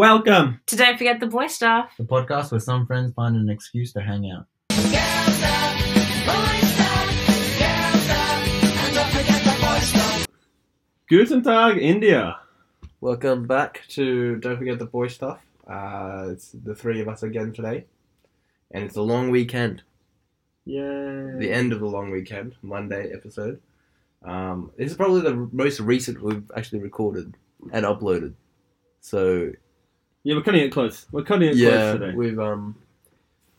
Welcome. To don't forget the boy stuff. The podcast where some friends find an excuse to hang out. Guten Tag, India. Welcome back to Don't Forget the Boy Stuff. Uh, it's the three of us again today. And it's a long weekend. Yay. The end of the long weekend, Monday episode. Um, this is probably the most recent we've actually recorded and uploaded. So, Yeah, we're cutting it close. We're cutting it yeah, close today. we've. um.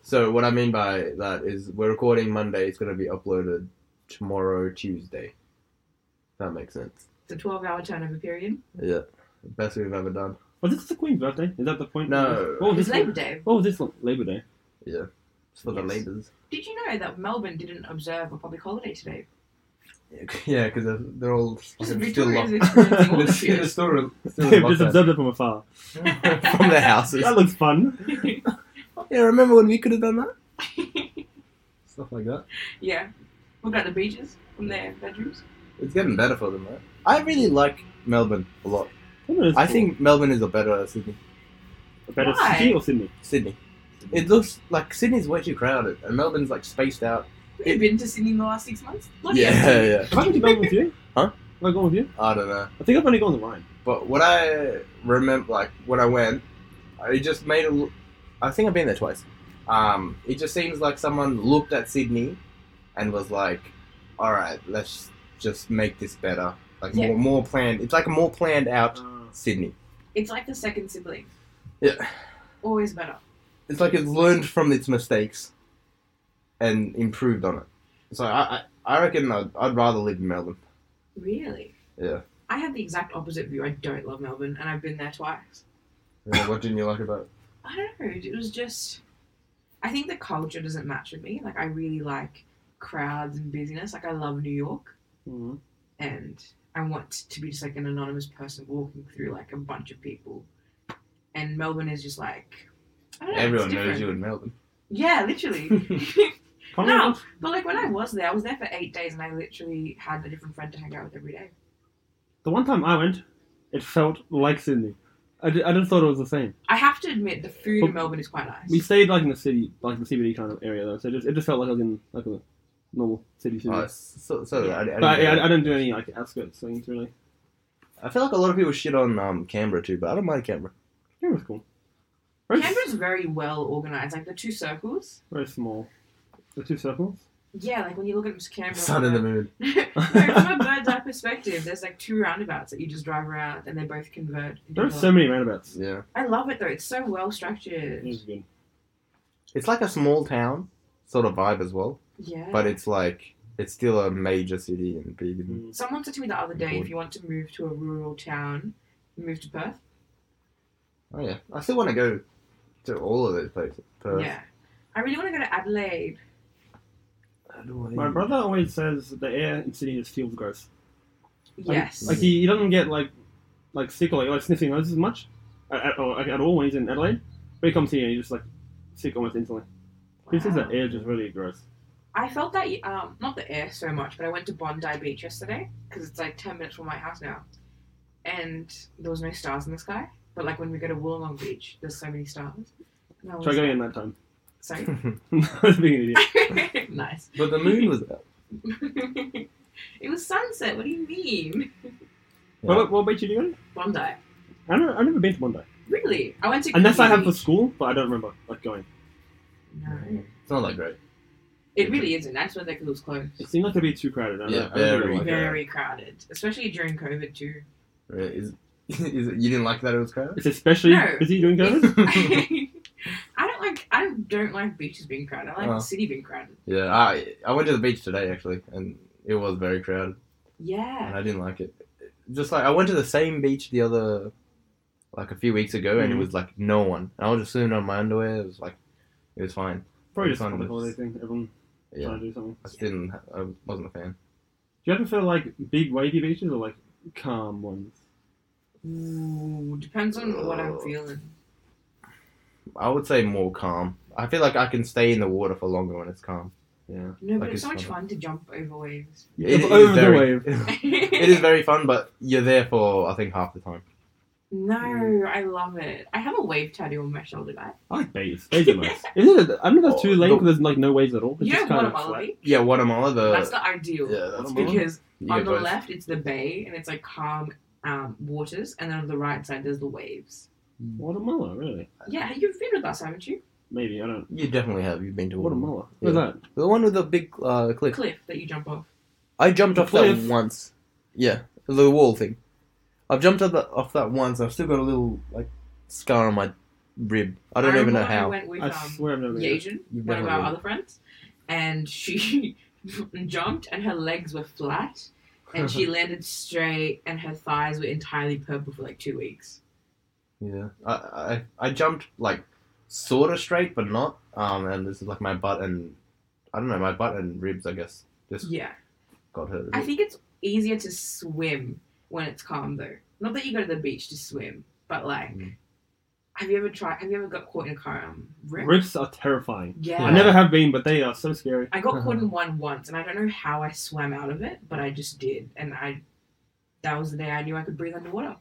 So, what I mean by that is we're recording Monday, it's going to be uploaded tomorrow, Tuesday. If that makes sense. It's a 12 hour turnover period. Yeah. Best we've ever done. Was this the Queen's birthday? Oh, Is that the point? No. What was It's this? Labor Day. What was this like? Labor Day? It's for Yes. the labours. Did you know that Melbourne didn't observe a public holiday today? Yeah, because they're, they're all fucking still Victoria's locked. experiencing all They're the still- they're fears. still, still They've locked just down. observed it from afar. from their houses. That looks fun. Yeah, remember when we could have done that? Stuff like that. yeah. Look at the beaches from their bedrooms. It's getting better for them, right? I really like Melbourne a lot. It's I cool. think Melbourne is a better uh, Sydney. A better Why? city or Sydney? Sydney. It looks like Sydney's way too crowded, and Melbourne's like spaced out. Have you been to Sydney in the last six months? Bloody Yeah, hell. yeah. Have I been to Melbourne with you? Huh? Have I gone with you? I don't know. I think I've only gone to Ryan. But what I remember, like when I went, it just made a l I think I've been there twice. Um, it just seems like someone looked at Sydney and was like, "All right, let's just make this better." Like Yeah. more, more planned. It's like a more planned out Sydney. It's like the second sibling. Yeah, Always better. it's like it's learned from its mistakes and improved on it. So I, I, I reckon I'd, I'd rather live in Melbourne. Really? Yeah. I had the exact opposite view. I don't love Melbourne, and I've been there twice. Yeah, what didn't you like about it? I don't know. It was just. I think the culture doesn't match with me. Like, I really like crowds and busyness. Like, I love New York. Mm. and I want to be just like an anonymous person walking through like a bunch of people. And Melbourne is just like I don't know, Everyone it's knows different. you in Melbourne. Yeah, literally. Can't No. remember. but like when I was there, I was there for eight days, and I literally had a different friend to hang out with every day. The one time I went, it felt like Sydney. I, di- I just thought it was the same. I have to admit, the food Oh, But in Melbourne is quite nice. We stayed like in the city, like the CBD kind of area though, so it just, it just felt like I was in like a normal city. city. Oh, so, so I, I didn't but yeah, know. I, I don't do any like outskirts things really. I feel like a lot of people shit on um, Canberra too, but I don't mind Canberra. It was cool. Very, s- Canberra's very well organized. Like the two circles. very small. The two circles. Yeah, like when you look at Canberra. Sun and the moon. no, from a bird's eye perspective, there's like two roundabouts that you just drive around, and they both convert. into There are one. so many roundabouts. Yeah. I love it though. It's so well structured. It Mm. was good. It's like a small town sort of vibe as well, Yeah. but it's like it's still a major city and big. And Someone said to me the other day, Important. if you want to move to a rural town, move to Perth. oh yeah, I still want to go to all of those places. Perth. Yeah. I really want to go to Adelaide. Adelaide. Mm. My brother always says the air in Sydney just feels gross. Like- Yes. Mm. Like he, he doesn't get like like sick or like, like sniffing noses as much, at, at, or, like, at all when he's in Adelaide. But he comes here and he's just like sick almost instantly. He says Wow. the air just really gross. I felt that, um, not the air so much, but I went to Bondi Beach yesterday because it's like 10 minutes from my house now. And there was no stars in the sky. But like when we go to Wollongong Beach, there's so many stars. And I was Try going in like- that time. Sorry. but I was being an idiot. nice. the moon was out. it was sunset. What do you mean? Yeah. What, what beach did you go to? Bondi. I don't, I've never been to Bondi. Really? I went to. Unless I have for Coogee school, but I don't remember like going. Beach. No. It's not that great. It really isn't. That's when it was closed. It seemed like it'd be too crowded. I don't Yeah, know. I don't really very. like uh, it. Very crowded, especially during COVID too. Right, Is, is it, you didn't like that it was crowded? It's especially No. busy during COVID. I don't like. I don't like beaches being crowded. Uh. I like Oh. the city being crowded. Yeah, I I went to the beach today actually, and it was very crowded. and Yeah. I didn't like it. Just like I went to the same beach the other, like a few weeks ago, and it Mhm. was like no one. And I was just swimming on my underwear. It was like, it was fine. Probably just Fun on the with- holiday thing. Everyone Yeah, trying to do something. I just didn't. I wasn't a fan. Do you ever feel like big wavy beaches or like calm ones? Ooh, depends on what I'm Ugh. feeling. I would say more calm. I feel like I can stay in the water for longer when it's calm. Yeah, No, but Like it's so it's much fun. fun to jump over waves. Jump over the very- wave. it is very fun, but you're there for I think half the time. No, Mm. I love it. I have a wave tattoo on my shoulder, guy. I like bays. Bays are nice. Isn't it? I don't know if that's too Oh, lame no. because there's like no waves at all. It's You just don't kind want a of flat. wallaby. Yeah, Guatemala. The That's the ideal. yeah, that's Guatemala? good. Because Yeah, on the both. left it's the bay and it's like calm um, waters, and then on the right side there's the waves. Guatemala, really? Yeah, you've been with us, haven't you? Maybe I don't. You definitely have. You've been to Guatemala. Guatemala. Where's Yeah. that? The one with the big uh, The cliff. cliff that you jump off. I jumped off Cliff. that once. Yeah, the wall thing. I've jumped off, the, off that once. I've still got a little like scar on my rib. I don't even remember know when I how. went with I um, swear I've never. been Yajin, You've one of never our been. other friends, and she jumped and her legs were flat and she landed straight and her thighs were entirely purple for like two weeks. Yeah, I, I I jumped like sort of straight, but not. Um, and this is like my butt and I don't know my butt and ribs. I guess just Yeah. got hurt. a I bit. think it's easier to swim when it's calm though. Not that you go to the beach to swim, but like Mm. have you ever tried have you ever got caught in a car um, there. rip? Riffs are terrifying. Yeah. I never have been, but they are so scary. I got caught in one once, and I don't know how I swam out of it, but I just did, and I. That was the day I knew I could breathe underwater.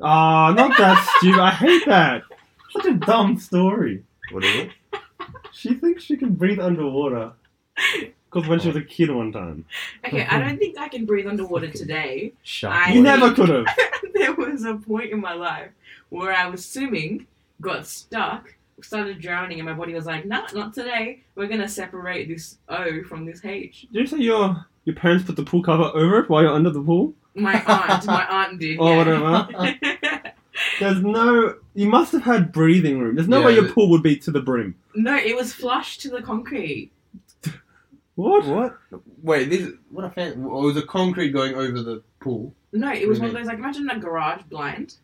Ah, not that stupid. I hate that. Such a dumb story. What is it? She thinks she can breathe underwater. Because when she was a kid one time, Okay, I don't think I can breathe underwater today. Shark. I- you boy. never could have. there was a point in my life where I was swimming, got stuck, started drowning, and my body was like, "Nah, not today. We're gonna separate this O from this H." Did you say your your parents put the pool cover over it while you're under the pool? My aunt, my aunt did. Oh, yeah. whatever. There's no. You must have had breathing room. There's no Yeah, way your but- pool would be to the brim. no, it was flush to the concrete. What? What? Wait, this what a fan. Oh, it was a concrete going over the pool. No, it was one of Really? those like imagine a garage blind,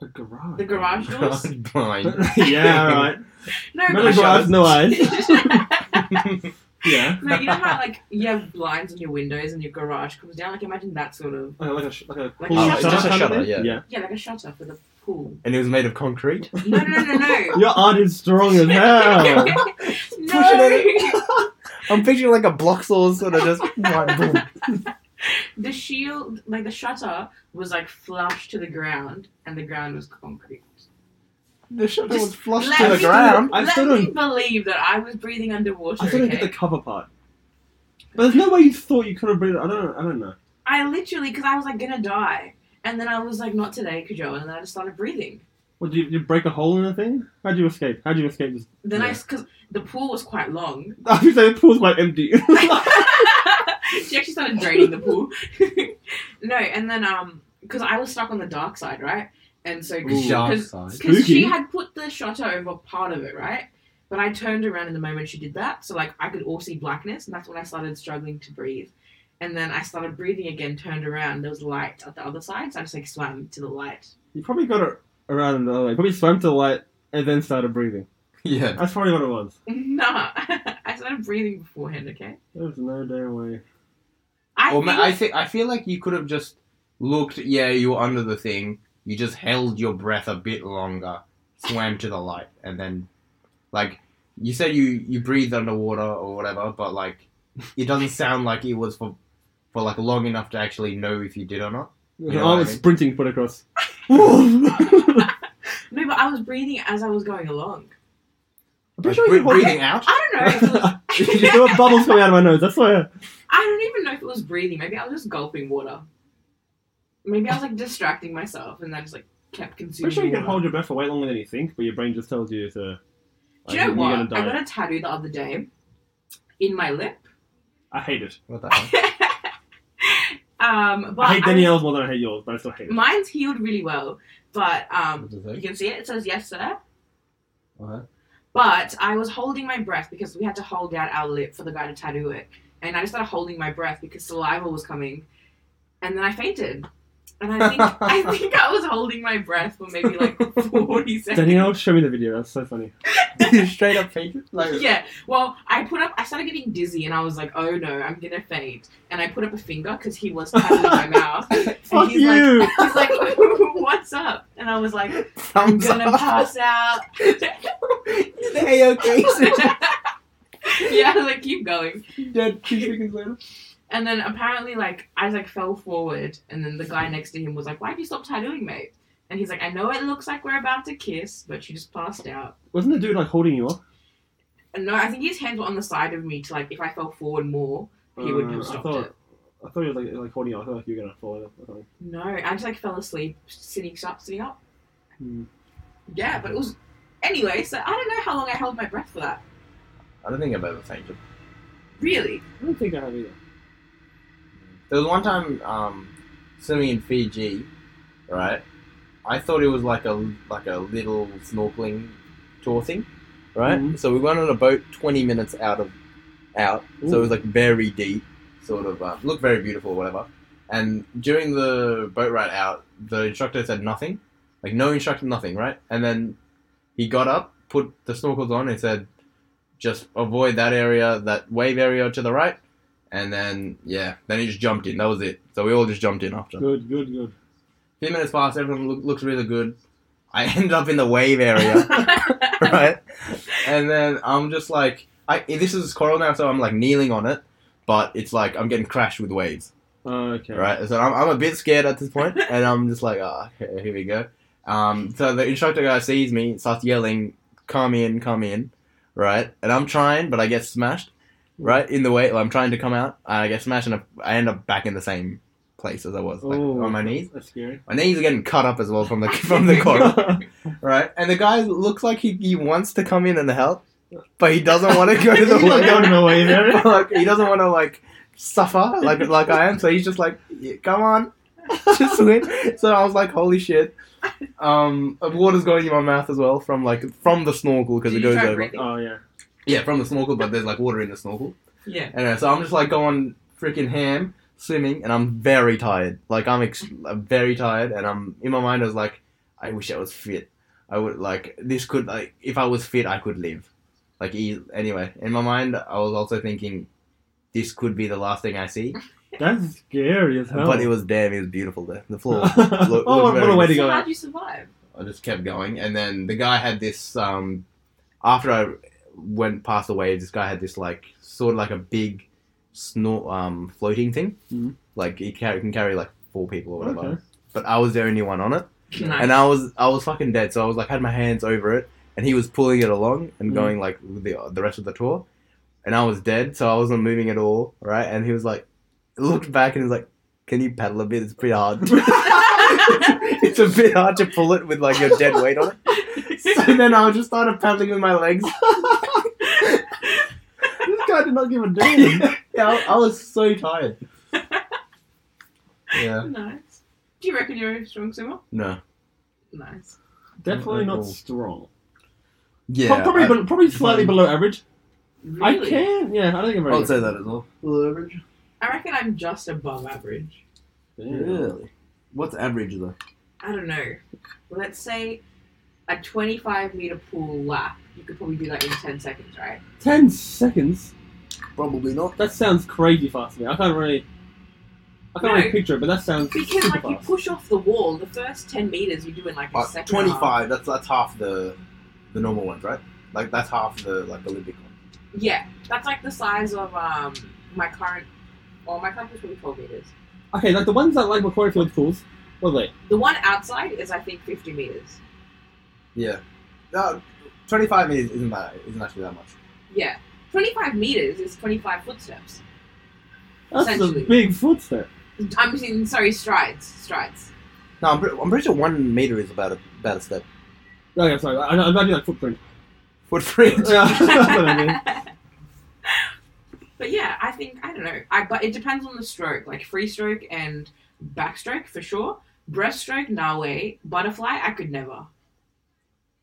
The garage. the garage doors. Blind. yeah, right. No, Remember but- garage, no eyes. yeah. No, you know how like you have blinds on your windows and your garage comes down. Like imagine that sort of Okay, like a sh- like a Like pool a shutter. shutter Just a kind of shutter, thing? yeah. yeah, like a shutter for the pool. and it was made of concrete. No, no, no, no, no. Your aunt is strong as hell. it no. I'm picturing like a block saw sort of just like boom. The shield, like the shutter, was like flush to the ground, and the ground was concrete. The shutter was flush Let to the me do ground. I Let still me don't. believe that I was breathing underwater. I still don't okay? get the cover part. But there's no way you thought you could have breathed. I don't. I don't know. I literally, because I was like gonna die, and then I was like, not today, Kajo, and then I just started breathing. What did you, you break a hole in the thing? How'd you escape? How'd you escape this? Then I, Yeah. because the pool was quite long, I was saying the pool's quite empty. she actually started draining the pool. no, and then um, because I was stuck on the dark side, right? And so Ooh. Dark because side. she Spooky. had put the shutter over part of it, right? But I turned around in the moment she did that, so like I could all see blackness, and that's when I started struggling to breathe. And then I started breathing again, turned around, there was light at the other side, so I just like swam to the light. you probably got it around in the other way. Probably swam to the light and then started breathing. Yeah. That's probably what it was. Nah, I started breathing beforehand. Okay, There's no damn way. I Or ma- I think think I feel like you could have just looked. Yeah, you were under the thing. You just held your breath a bit longer, swam to the light, and then, like, you said you you breathed underwater or whatever. But like, it doesn't sound like it was for for like long enough to actually know if you did or not. You know I what was I mean? sprinting put across. I'm no, but I was breathing as I was going along. pretty Like, sure you bre- hold breathing out. I don't know. If it was you know, bubbles coming out of my nose. That's why. I don't even know if it was breathing. Maybe I was just gulping water. Maybe I was like distracting myself, and I just like kept Pretty consuming. sure you can water. hold your breath for way longer than you think, but your brain just tells you to. Do you know you're what? gonna die. I got a tattoo the other day in my lip. I hate it. What the hell? um, but I hate I- Danielle's more than I hate yours, but I still hate it. mine's healed really well, but um, What does you that- can see it. It says yes, sir. what? But I was holding my breath because we had to hold out our lip for the guy to tattoo it. And I just started holding my breath because saliva was coming. And then I fainted. And I think I think I was holding my breath for maybe like 40 seconds. Danielle, show me the video. That's so funny. Straight up fainted. Like, Yeah. Well, I put up I started getting dizzy and I was like, "Oh no, I'm going to faint." And I put up a finger cuz he was tattooing my mouth. Fuck he's you. He's like, "What's up?p?" And I was like, "I'm thumbs going to up. pass out." Is the AOK? yeah, I was like, "Keep going." Dead two seconds later. And then apparently, like, I like fell forward, and then the guy next to him was like, "Why'd you stop tattooing, mate?" And he's like, I know it looks like we're about to kiss, but she just passed out. Wasn't the dude like holding you up? And no, I think his hands were on the side of me to like, if I fell forward more, he wouldn't Mm. have Uh, I stopped thought, it. I thought he was like, like holding you up. I thought like you were going to fall over or something. No, I just like fell asleep sitting up, sitting up. Hmm. Yeah, but it was. Anyway, so I don't know how long I held my breath for that. I don't think I've ever fainted. Really? I don't think I have either. There was one time um, swimming in Fiji, right? I thought it was like a like a little snorkeling tour thing, right? Mhm. So we went on a boat twenty minutes out of out, so it was like very deep, sort of uh, looked very beautiful, whatever. And during the boat ride out, the instructor said nothing, like no instruction, nothing, right? And then he got up, put the snorkels on, and said, "Just avoid that area, that wave area to the right." And then yeah, then he just jumped in. That was it. So we all just jumped in after. Good, good, good. Few minutes passed. Everyone look, looks really good. I ended up in the wave area, right? And then I'm just like, I this is coral now, so I'm like kneeling on it, but it's like I'm getting crashed with waves. Uh, okay. Right, so I'm, I'm a bit scared at this point, and I'm just like, ah, okay, here we go. Um, so the instructor guy sees me, starts yelling, "Come in, come in!" Right, and I'm trying, but I get smashed. Right in the way, I'm trying to come out, and I get smashed, and I end up back in the same place as I was, like, Oh, on my knees. That's scary. My knees are getting cut up as well from the from the coral. Right, and the guy looks like he, he wants to come in and help, but he doesn't want to go to the He's like, window "Oh, no way, there. like he doesn't want to like suffer like like I am. So he's just like, "Yeah, come on, just win. So I was like, holy shit. Um, water's going in my mouth as well from like from the snorkel because it Did you goes try over. breathing? Oh yeah. Yeah, from the snorkel, but there's like water in the snorkel. Yeah. And uh, so I'm just like going freaking ham swimming, and I'm very tired. Like I'm, ex- I'm very tired, and I'm in my mind I was like, I wish I was fit. I would like this could like if I was fit I could live. Like e- anyway, in my mind I was also thinking, this could be the last thing I see. That's scary as hell. But it was damn, it was beautiful there. The floor. look oh, what, what very a way to So go how'd out. you survive? I just kept going, and then the guy had this. Um, after I went past the waves, this guy had this like sort of like a big snort um, floating thing. Mhm. Like it ca- can carry like four people or whatever. Okay. But I was the only one on it, Nice. and I was I was fucking dead. So I was like had my hands over it, and he was pulling it along and Mhm. going like with the the rest of the tour, and I was dead. So I wasn't moving at all, right? And he was like looked back and was like, "Can you paddle a bit? It's pretty hard." it's a bit hard to pull it with like your dead weight on it. So then I just started paddling with my legs. This guy did not give a damn. yeah, I, I was so tired. Yeah. nice. Do you reckon you're a strong swimmer? No. Nice. Definitely not Cool. strong. Yeah. probably, I, bel- probably slightly below average. Really? I can. Yeah, I don't think I'm very. I'll say that as well. Average. I reckon I'm just above average. Yeah. Really? What's average though? I don't know. Let's say a 25 meter pool lap. You could probably do that in 10 seconds, right? Ten seconds. Probably not. That sounds crazy fast to me. I can't really. I can't No. really picture it, but that sounds Because super like you fast. push off the wall, the first 10 meters you do in like a Like, second. and a half. Twenty-five. That's that's half the the normal ones, right? Like that's half the like Olympic one. Yeah, that's like the size of um my current. Well, my current is probably 12 meters. Okay, like the ones that like Macquarie Field pools. What are they? The one outside is I think 50 meters. Yeah. No, Uh, Twenty-five minutes isn't that isn't actually that much. Yeah, 25 meters is 25 footsteps. That's a Essentially. big footstep. I'm mean, sorry, strides, strides. No, I'm, pre- I'm pretty sure one meter is about a about a step. Okay, Oh, sorry. I, I'm not doing like footprint. Footprint. Yeah, that's what I mean. But yeah, I think I don't know. I but it depends on the stroke, like free stroke and backstroke for sure. Breaststroke, nah way. Butterfly, I could never.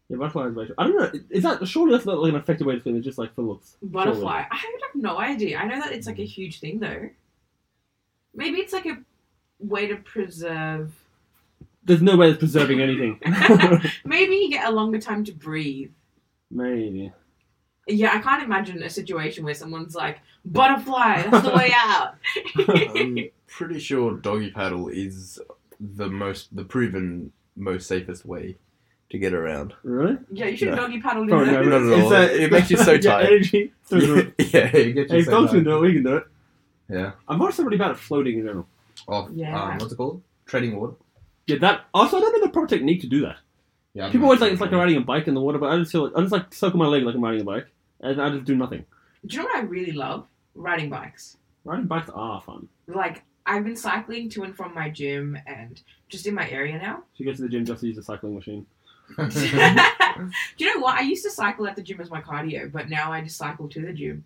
Yeah, butterfly is very. I don't know. Is that surely that's not like an effective way to swim? It's just like for looks. Butterfly, I have no idea. I know that it's like a huge thing though. Maybe it's like a way to preserve. There's no way of preserving anything. Maybe you get a longer time to breathe. Maybe. Yeah, I can't imagine a situation where someone's like, butterfly, that's the way out. I'm pretty sure doggy paddle is the most, the proven most safest way to get around. Really? Yeah, you should No. doggy paddle in Probably there. not, No, no, no. It's a- It makes you so Get tired. Energy through the yeah, it gets you If so dogs can tired. do it, we can do it. Yeah. I'm not so really bad at floating in general. Off, Yeah. um, what's it called? Treading water. Yeah, that also I don't know the proper technique to do that. Yeah, I'm People not always like it's sure. like riding a bike in the water, but I just feel I just like circle my leg like I'm riding a bike, and I just do nothing. Do you know what I really love? Riding bikes. Riding bikes are fun. Like I've been cycling to and from my gym and just in my area now. She goes to the gym just to use the cycling machine. Do you know what? I used to cycle at the gym as my cardio, but now I just cycle to the gym.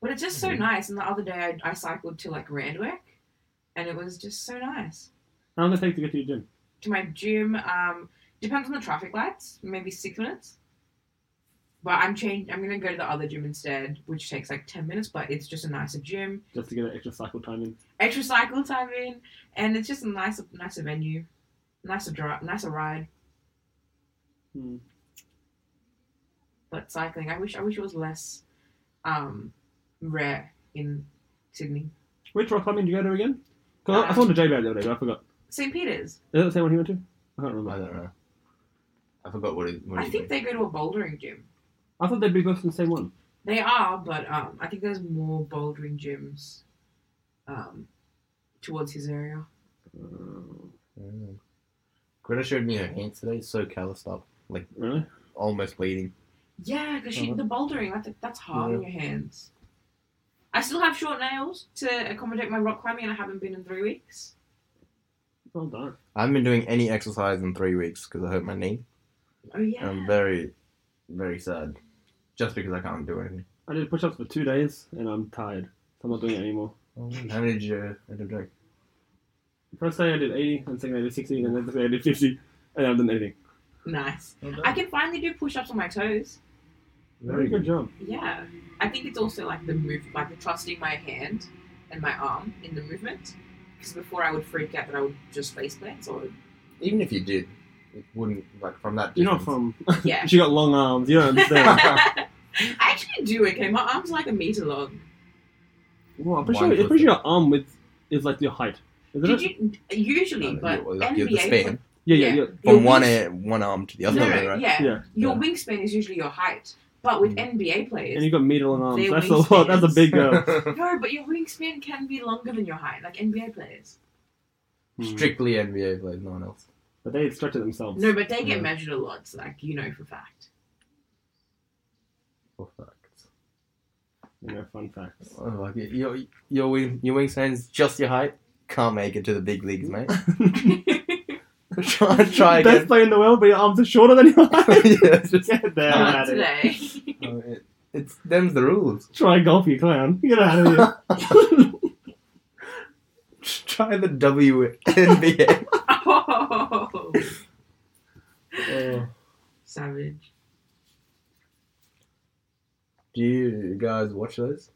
But it's just so Mhm. nice. And the other day I, I cycled to like Randwick, and it was just so nice. How long does it take to get to your gym? To my gym, um, depends on the traffic lights, maybe six minutes. But I'm change. I'm gonna go to the other gym instead, which takes like ten minutes. But it's just a nicer gym, Just to get an extra cycle time in. extra cycle time in, and it's just a nicer, nicer venue, nicer drive, nicer ride. Hmm. but cycling. I wish I wish it was less um, rare in Sydney. Which rock climbing did you go to again? 'Cause I, I Uh, saw the J Bad the other day, but I forgot. St. Peter's. Is that the same one he went to? I can't I remember. don't know. I forgot what it. What I it think is. they go to a bouldering gym. I thought they'd be both in the same one. They are, but um, I think there's more bouldering gyms um, towards his area. Uh, Mm. Greta showed me her hand today. It's so calloused up, like really? almost bleeding. Yeah, because she Uh-huh. the bouldering that's that's hard on your hands. I still have short nails to accommodate my rock climbing, and I haven't been in three weeks. Well done. I haven't been doing any exercise in three weeks because I hurt my knee. Oh yeah. I'm very, very sad, just because I can't do anything. I did push ups for two days and I'm tired. So I'm not doing it anymore. Oh, How did you end up doing? First day I did 80, and second day I did 60, and then the day I did 50, and I haven't done anything. nice. I can finally do push-ups on my toes. Very good job. Yeah, I think it's also like the move, like the trusting my hand and my arm in the movement. Because before I would freak out that I would just face plant. So Even if you did, it wouldn't like from that. You're not distance. from. yeah, She got long arms. You don't understand. I actually do. Okay, my arm's like a meter long. well, I'm pretty One sure, I'm foot. pretty sure your arm width Um, is like your height. Isn't Did it? you usually, No, but you're- like, you're the NBA span. players- Yeah, yeah, yeah. yeah. from Your one wings- air, one arm to the No, other, no, one, right? yeah. Yeah. your Yeah. wingspan is usually your height, but with Mm. NBA And players, you've got meter long arms. Their That's a lot. That's a big. Uh, no, but your wingspan can be longer than your height, like NBA players. hmm. Strictly NBA players, no one else. But they stretch it themselves. No, but they get Yeah. measured a lot, so, like you know for fact. For facts. You know, fun facts. Oh, like, your your wing, your wingspan's just your height. Can't make it to the big leagues, mate. try try Best again. player in the world, but your arms are shorter than your height. yeah, it's just, Get there, Not out of today. oh, it, it's them's the rules. Try golf, you clown. Get out of here. Try the WNBA. oh, Uh, oh. savage. Do you guys watch those?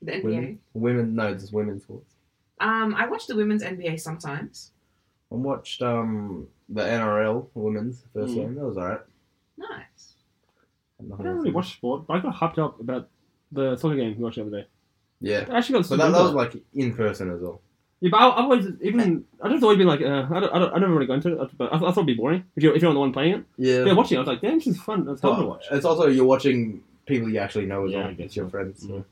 The NBA. Women, women no, just women's sports. Um, I watch the women's NBA sometimes. I watched um the NRL women's first Mm. game. That was alright. Nice. I don't really watch sport, but I got hyped up about the soccer game we watched the other day. Yeah, I actually got but super that, that into was it. like in person as well. Yeah, but I, I've always even I've just always been like uh, I don't I don't I never really got into it, but I, I thought it'd be boring if you're if you're the one playing it. Yeah, Oh, Yeah, watching it, I was like, damn, this is fun. It's fun to watch. It's also you're watching people you actually know as Yeah, I well. guess It's your so. friends. So.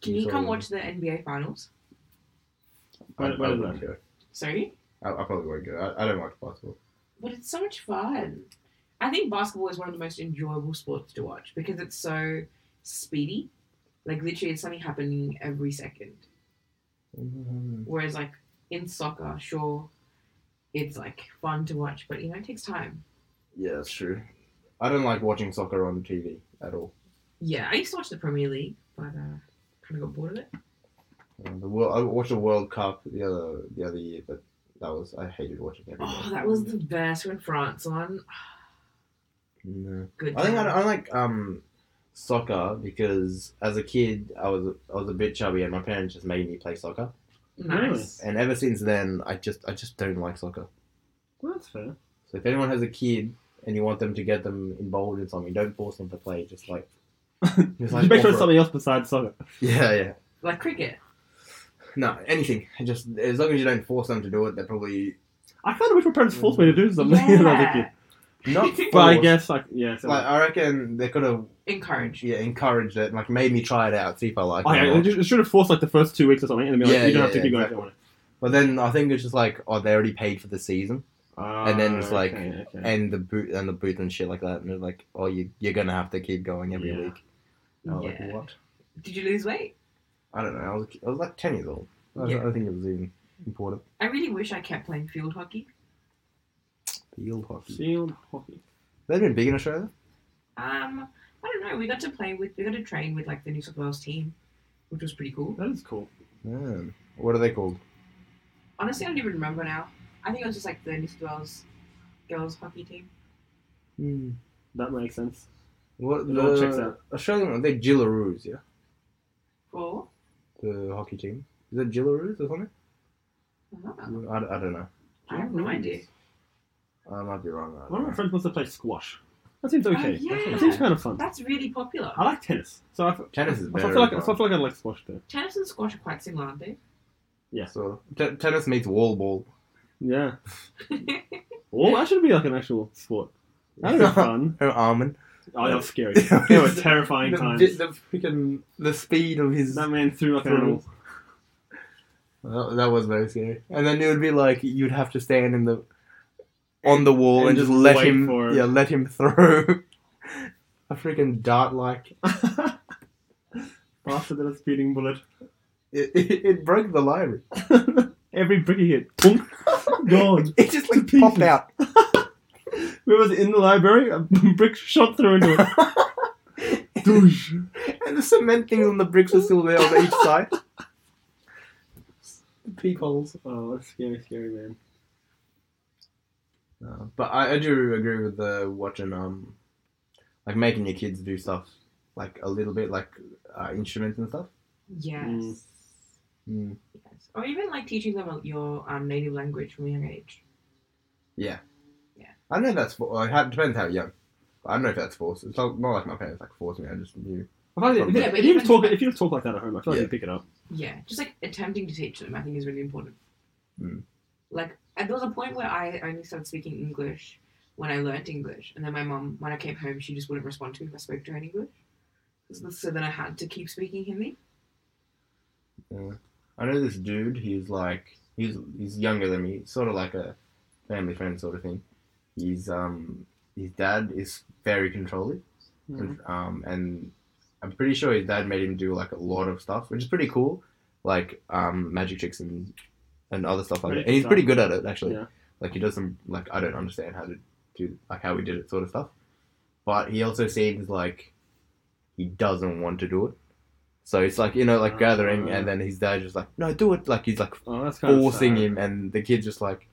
Can you So- come watch the NBA finals? I, Where- I where is wouldn't that? go. Sorry, I, I probably won't go. I, I don't watch basketball. but it's so much fun. I think basketball is one of the most enjoyable sports to watch because it's so speedy. Like literally, it's something happening every second. Whereas like in soccer, sure, it's like fun to watch, but you know it takes time. Yeah, that's true. I don't like watching soccer on TV at all. Yeah, I used to watch the Premier League, but uh, kind of got bored of it. Uh, the world, I watched the World Cup the other the other year, but that was I hated watching every Oh, game. that was the best when France won. No. Good. I think I, times. I like um soccer because as a kid I was I was a bit chubby and my parents just made me play soccer. Nice. And ever since then, I just I just don't like soccer. Well, that's fair. So if anyone has a kid and you want them to get them involved in something, don't force them to play. Just like, just Just make sure offer it's something else besides soccer. it. Yeah, yeah. Like cricket. No, anything. Just as long as you don't force them to do it, they're probably I kind of wish my parents forced me to do something when I was a kid. not. But But I forced. guess like yeah, so Like I reckon they could have Encourage. yeah encouraged it, like made me try it out, see if I like oh, it. yeah, or it not. ju- it should have forced like the first two weeks or something, and then be like, Yeah, you don't yeah, have to yeah, keep going. exactly. But then I think it's just like, oh, they already paid for the season, And then it's Ah, like- okay, okay. and the boot and the booth and shit like that. And they're like, oh, you you're gonna have to keep going every Yeah. week. I was Yeah. like, Oh, what? Did you lose weight? I don't know. I was I was like ten years old. I, don't- Yeah. I don't think it was even important. I really wish I kept playing field hockey. Field hockey. Field hockey. They've been big in Australia. Um, I don't know. We got to play with, we got to train with like the New South Wales team, which was pretty cool. That is cool. Man. What are they called? Honestly, I don't even remember now. I think it was just like the New South Wales girls hockey team. That makes sense. What It the all Hmm. checks out. Australian one? They're Gillaroos, yeah. Four. The hockey team. Is it Gillaroos or something? Ah, I, I don't know. I have no idea. I might be wrong. I don't One of my know. friends wants to play squash. That seems okay. Oh, yeah. That seems kind of fun. That's really popular. I like tennis, so I, Tennis so is I better feel like so as I well. feel like I like squash too. Tennis and squash are quite similar, aren't they? So t- tennis meets wall ball. Yeah. Well, that should be like an actual sport. That would be fun. Her almond. Oh, that was scary. They were terrifying the, times. The, freaking the speed of his That man threw like a little. That, that was very scary. And then it would be like you'd have to stand in the on the wall And and, just just, let wait him for it. yeah let him throw a freaking dart like Faster than a speeding bullet. it, it, it broke the library. Every brick he hit, punk, gone. It just like To popped Oh, pieces. out. We was in the library, a brick shot through into it. Douche. And the cement things on the bricks were still there on each side. Peepholes. Oh, that's scary, scary man. Uh, but I, I do agree with the watching um like making your kids do stuff like a little bit like uh, instruments and stuff. Yes. Mm. Mm. yes. Or even like teaching them your um, native language from a young age. I don't know if that's for, like, how- it depends how young. But I don't know if that's forced. It's not, not like my parents like forced me. I just knew. I feel like if, Yeah, but if you even- just talk, if you just talk like that at home, I feel like Yeah. you pick it up. Yeah, just like attempting to teach them, I think is really important. Hmm. Mm. Like, and there was a point where I only started speaking English when I learnt English, and then my mum, when I came home, she just wouldn't respond to me if I spoke to her in English. So, so then I had to keep speaking Hindi. I know this dude. He's like he's he's younger than me. Sort of like a family friend sort of thing. He's um his dad is very controlling. Mm-hmm. Mm. and, um, and I'm pretty sure his dad made him do like a lot of stuff, which is pretty cool, like um, magic tricks and and other stuff like that. Magic And he's stuff. pretty good at it actually. Yeah. Like he does some like I don't understand how to do like how we did it sort of stuff, but he also seems like he doesn't want to do it. So it's like you know like gathering, and then his dad just like no do it like he's like Oh, that's kind forcing of sad. him, and the kid's just like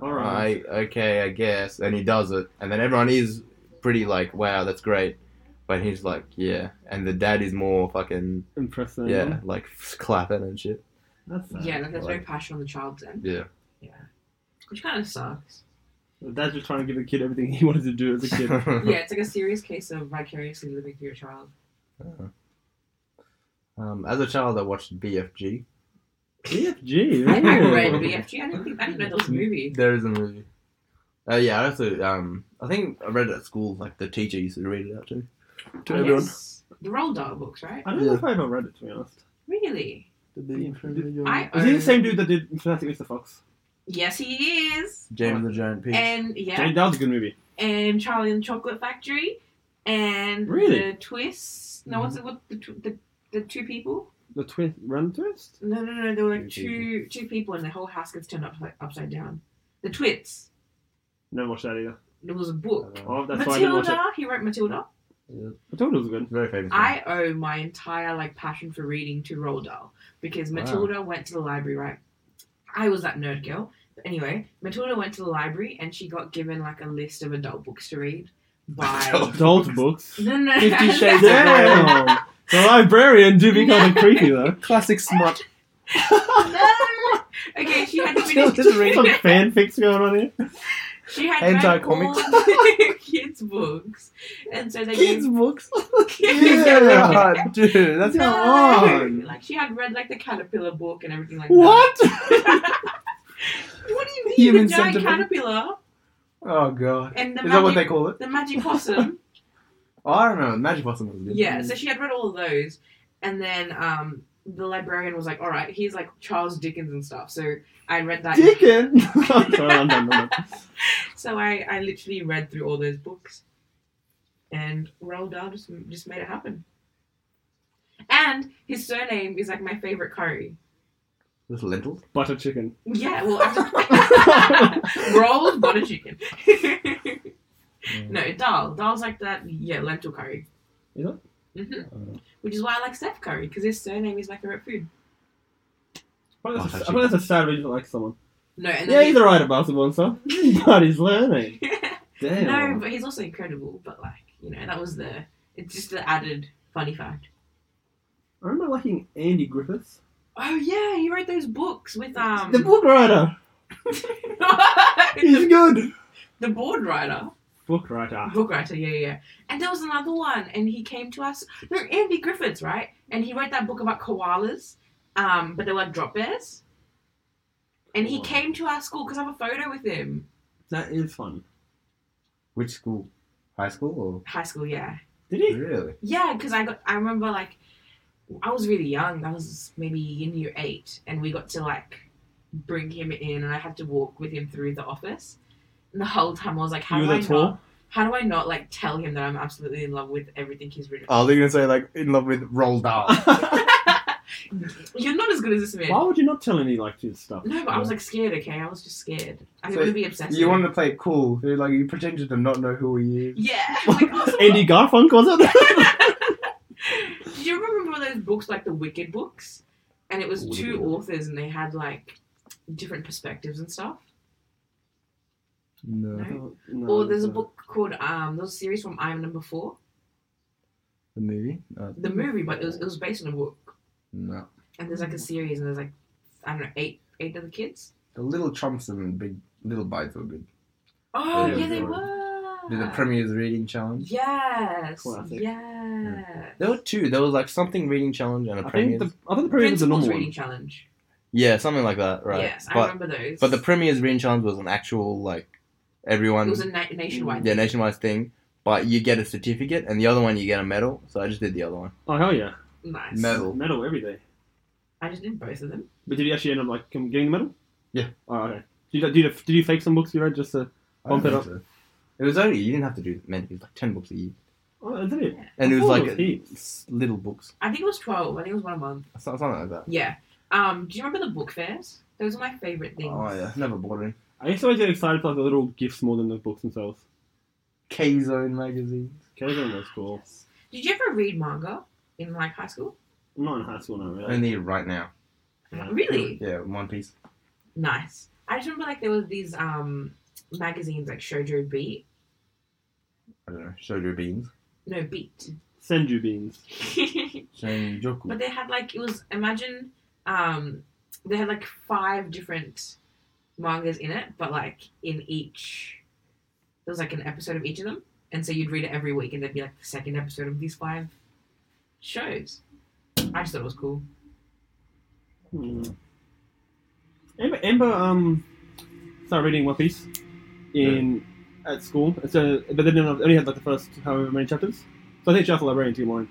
All all right. right, okay, I guess. And he does it, and then everyone is pretty like, wow, that's great. But he's like, yeah, and the dad is more fucking Impressive. yeah, like clapping and shit. That's sad. yeah, like there's no like- passion on the child's end, Yeah, which kind of sucks. Dad's just trying to give the kid everything he wanted to do as a kid. yeah, it's like a serious case of vicariously living through your child. um, as a child, I watched BFG. E BFG. I never ooh. read BFG. I didn't think I didn't know there was Mm-hmm. a movie. There is a movie. Uh, yeah, I also um, I think I read it at school. Like the teacher used to read it out to to I everyone. guess the Roald Dahl books, right? I don't know if I ever read it to be honest. Really? James I Is he the own- same dude that did Fantastic Mr. Fox? Yes, he is. the Giant Peach. Oh, And yeah, Jane, that was a good movie. and Charlie and the Chocolate Factory, and Really? Mm-hmm. the twist. No, what's it? What the, tw- the the two people? The twist, Run Twist? No, no, no. There were like Two two two people, and the whole house gets turned upside upside down. The twits. Never watched that either. There was a book. Oh, that's why I didn't watch it. Matilda. He wrote Matilda. I thought it was good. Very famous. one. I owe my entire like passion for reading to Roald Dahl because Wow. Matilda went to the library, right? I was that nerd girl. But anyway, Matilda went to the library and she got given like a list of adult books to read by. Adult books. no, no, no. Fifty Shades of Damn! the librarian do be kind of creepy though. Classic smut. no. Okay, she had to There's finish. some fanfics going on here. She had Hentai read comics. all the kids' books, and so they Kids books. gave. Yeah, dude, that's No. on. Like she had read like the caterpillar book and everything like What? that. what do you mean? Human the giant centipede. caterpillar Oh god. and the Is that what they magic, call it? the magic possum. Oh, I don't know. Magic Possum was good. yeah. So she had read all of those, and then um, the librarian was like, all right, he's like Charles Dickens and stuff. So I read that. Deacon. Sorry, I'm done. I'm done. So I, I literally read through all those books, and Roald Dahl just just made it happen. And his surname is like my favorite curry. Little lentils. Butter chicken. Yeah, well, I just, Roald butter chicken. no, dal. Dal's like that. Yeah, lentil curry. Is it? Uh, hmm Which is why I like Steph Curry because his surname is my favorite food. But that's, Butter I think that's a sad reason to like someone. No, and Yeah, then he's alright at basketball and stuff, but he's learning. no, Damn. but he's also incredible. But like, you know, that was the it's just the added funny fact. I remember liking Andy Griffiths, Oh yeah, he wrote those books with um the book writer. He's the, good. the board writer, Book writer. book writer, yeah, yeah, yeah. And there was another one, and he came to us. No, Andy Griffiths, right? And he wrote that book about koalas, um, but they were like drop bears. And he Koala. came to our school because I have a photo with him. That is fun. Which school? High school High school, yeah, Did or he? really? yeah. Because I got, I remember like, I was really young. I was maybe in year eight, and we got to like bring him in, and I had to walk with him through the office. And the whole time I was like, how You do were I the not? tall. How do I not like tell him that I'm absolutely in love with everything he's written? Oh, they're gonna say like in love with Roald Dahl. Why You're not as good as this man. would you not tell him he liked his stuff? No, but I was like scared. Okay, I was just scared. I So didn't want to be obsessed. you wanted to play it cool. You're like you pretended to not know who he is. Yeah. Like, oh, Andy Garfunkel was it? Do you remember those books like the Wicked books? And it was two Wicked. authors, and they had like different perspectives and stuff. No, No. No, or there's a no. book called um, there's a series from I Am Number Four, the movie. No, the movie, but it was, it was based on a book. no. And there's like a series, and there's like I don't know eight eight of the kids. The Little Chomps and Big Little Bites were good. Oh Yeah, yeah, they sure. were. Did the Premier's Reading Challenge. Yes. Classic. Yeah. There were two. There was like something Reading Challenge and a I Premier's. think the I think the period is the Principal's normal reading one. challenge. Yeah, something like that, right? Yes, I but remember those. but the Premier's Reading Challenge was an actual like it everyone. was a na- nationwide. yeah, nationwide thing. But you get a certificate, and the other one you get a medal. So I just did the other one. Oh hell yeah, Nice. Medal. medal every day. I just did both of them. But did you actually end up like com- getting the medal? Yeah. Oh okay. Did you, did you did you fake some books you read just to? I don't Bump it think up. so. It was only you didn't have to do many. It was like ten books a year, Oh, did it? and I it was thought like it was heaps. s- little books, I think it was twelve. I think it was one a month. So- something like that. Yeah. Um. Do you remember the book fairs? Those are my favorite things. Oh yeah, never bought any. I used to always get excited for like, the little gifts more than the books themselves. K Zone magazine. Kerrigan was cool. Yes. Did you ever read manga in like high school? Not in high school, no, really. Only right now. Yeah. Really? Yeah, One Piece. Nice. I just remember like there was these um magazines like Shoujo Beat. I don't know. Shoujo beans. No Beat. Senju beans. Shoujoku. But they had like it was imagine um they had like five different mangas in it, but like in each there was like an episode of each of them. And so you'd read it every week and there'd be like the second episode of these five shows. I just thought it was cool. Hmm. Amber, Amber, um, started reading One Piece in at school. So, but they didn't have, only had like the first however many chapters. So I think she asked the librarian to get more in,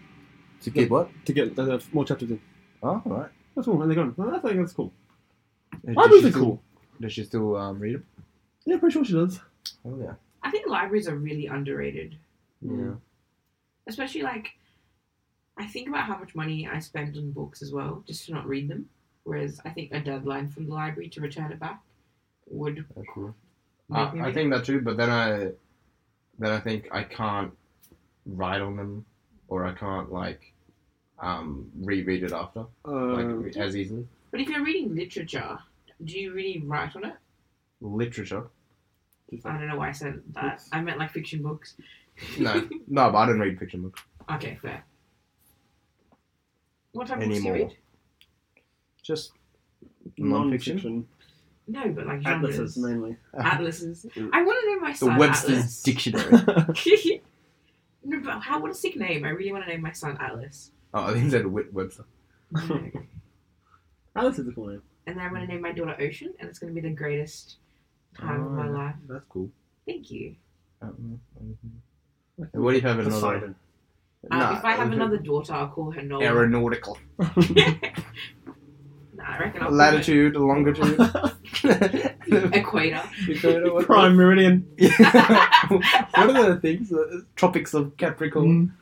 to get what? to get uh, more chapters in. Oh right. That's all, and they're gone. Well, I think that's cool. Uh, I think does she it's still- cool. Does she still um, read them? Yeah, pretty sure she does. Oh yeah. I think libraries are really underrated. Yeah. Especially like I think about how much money I spend on books as well, just to not read them. Whereas I think a deadline from the library to return it back would That's cool. make Uh, me I read think that too, but then I, then I think I can't write on them, or I can't like, um, reread it after like Uh, re- as easily. But if you're reading literature, do you really write on it? Literature. just I like- don't know why I said that. Books. I meant like fiction books. No, no, but I don't read fiction books. Okay, fair. What type of Anymore. books Just non-fiction. do you read? No, but like genres. Atlases mainly. Atlases. I want to name my the son Webster's Atlas. Dictionary. no, but how? What a sick name! I really want to name my son Atlas. oh, I think it's at Wit- Webster. No. Atlas is a cool name. and then I'm going to name my daughter Ocean, and it's going to be the greatest time of my Oh, life. That's cool. Thank you. Um, What do you have another? Poseidon. Um, Nah, if I have okay. another daughter, I'll call her Nola. Aeronautical. Nah, I reckon I'll call her Latitude, longitude. Equator. Equator, what- Prime Meridian. what are the things? The tropics of Capricorn.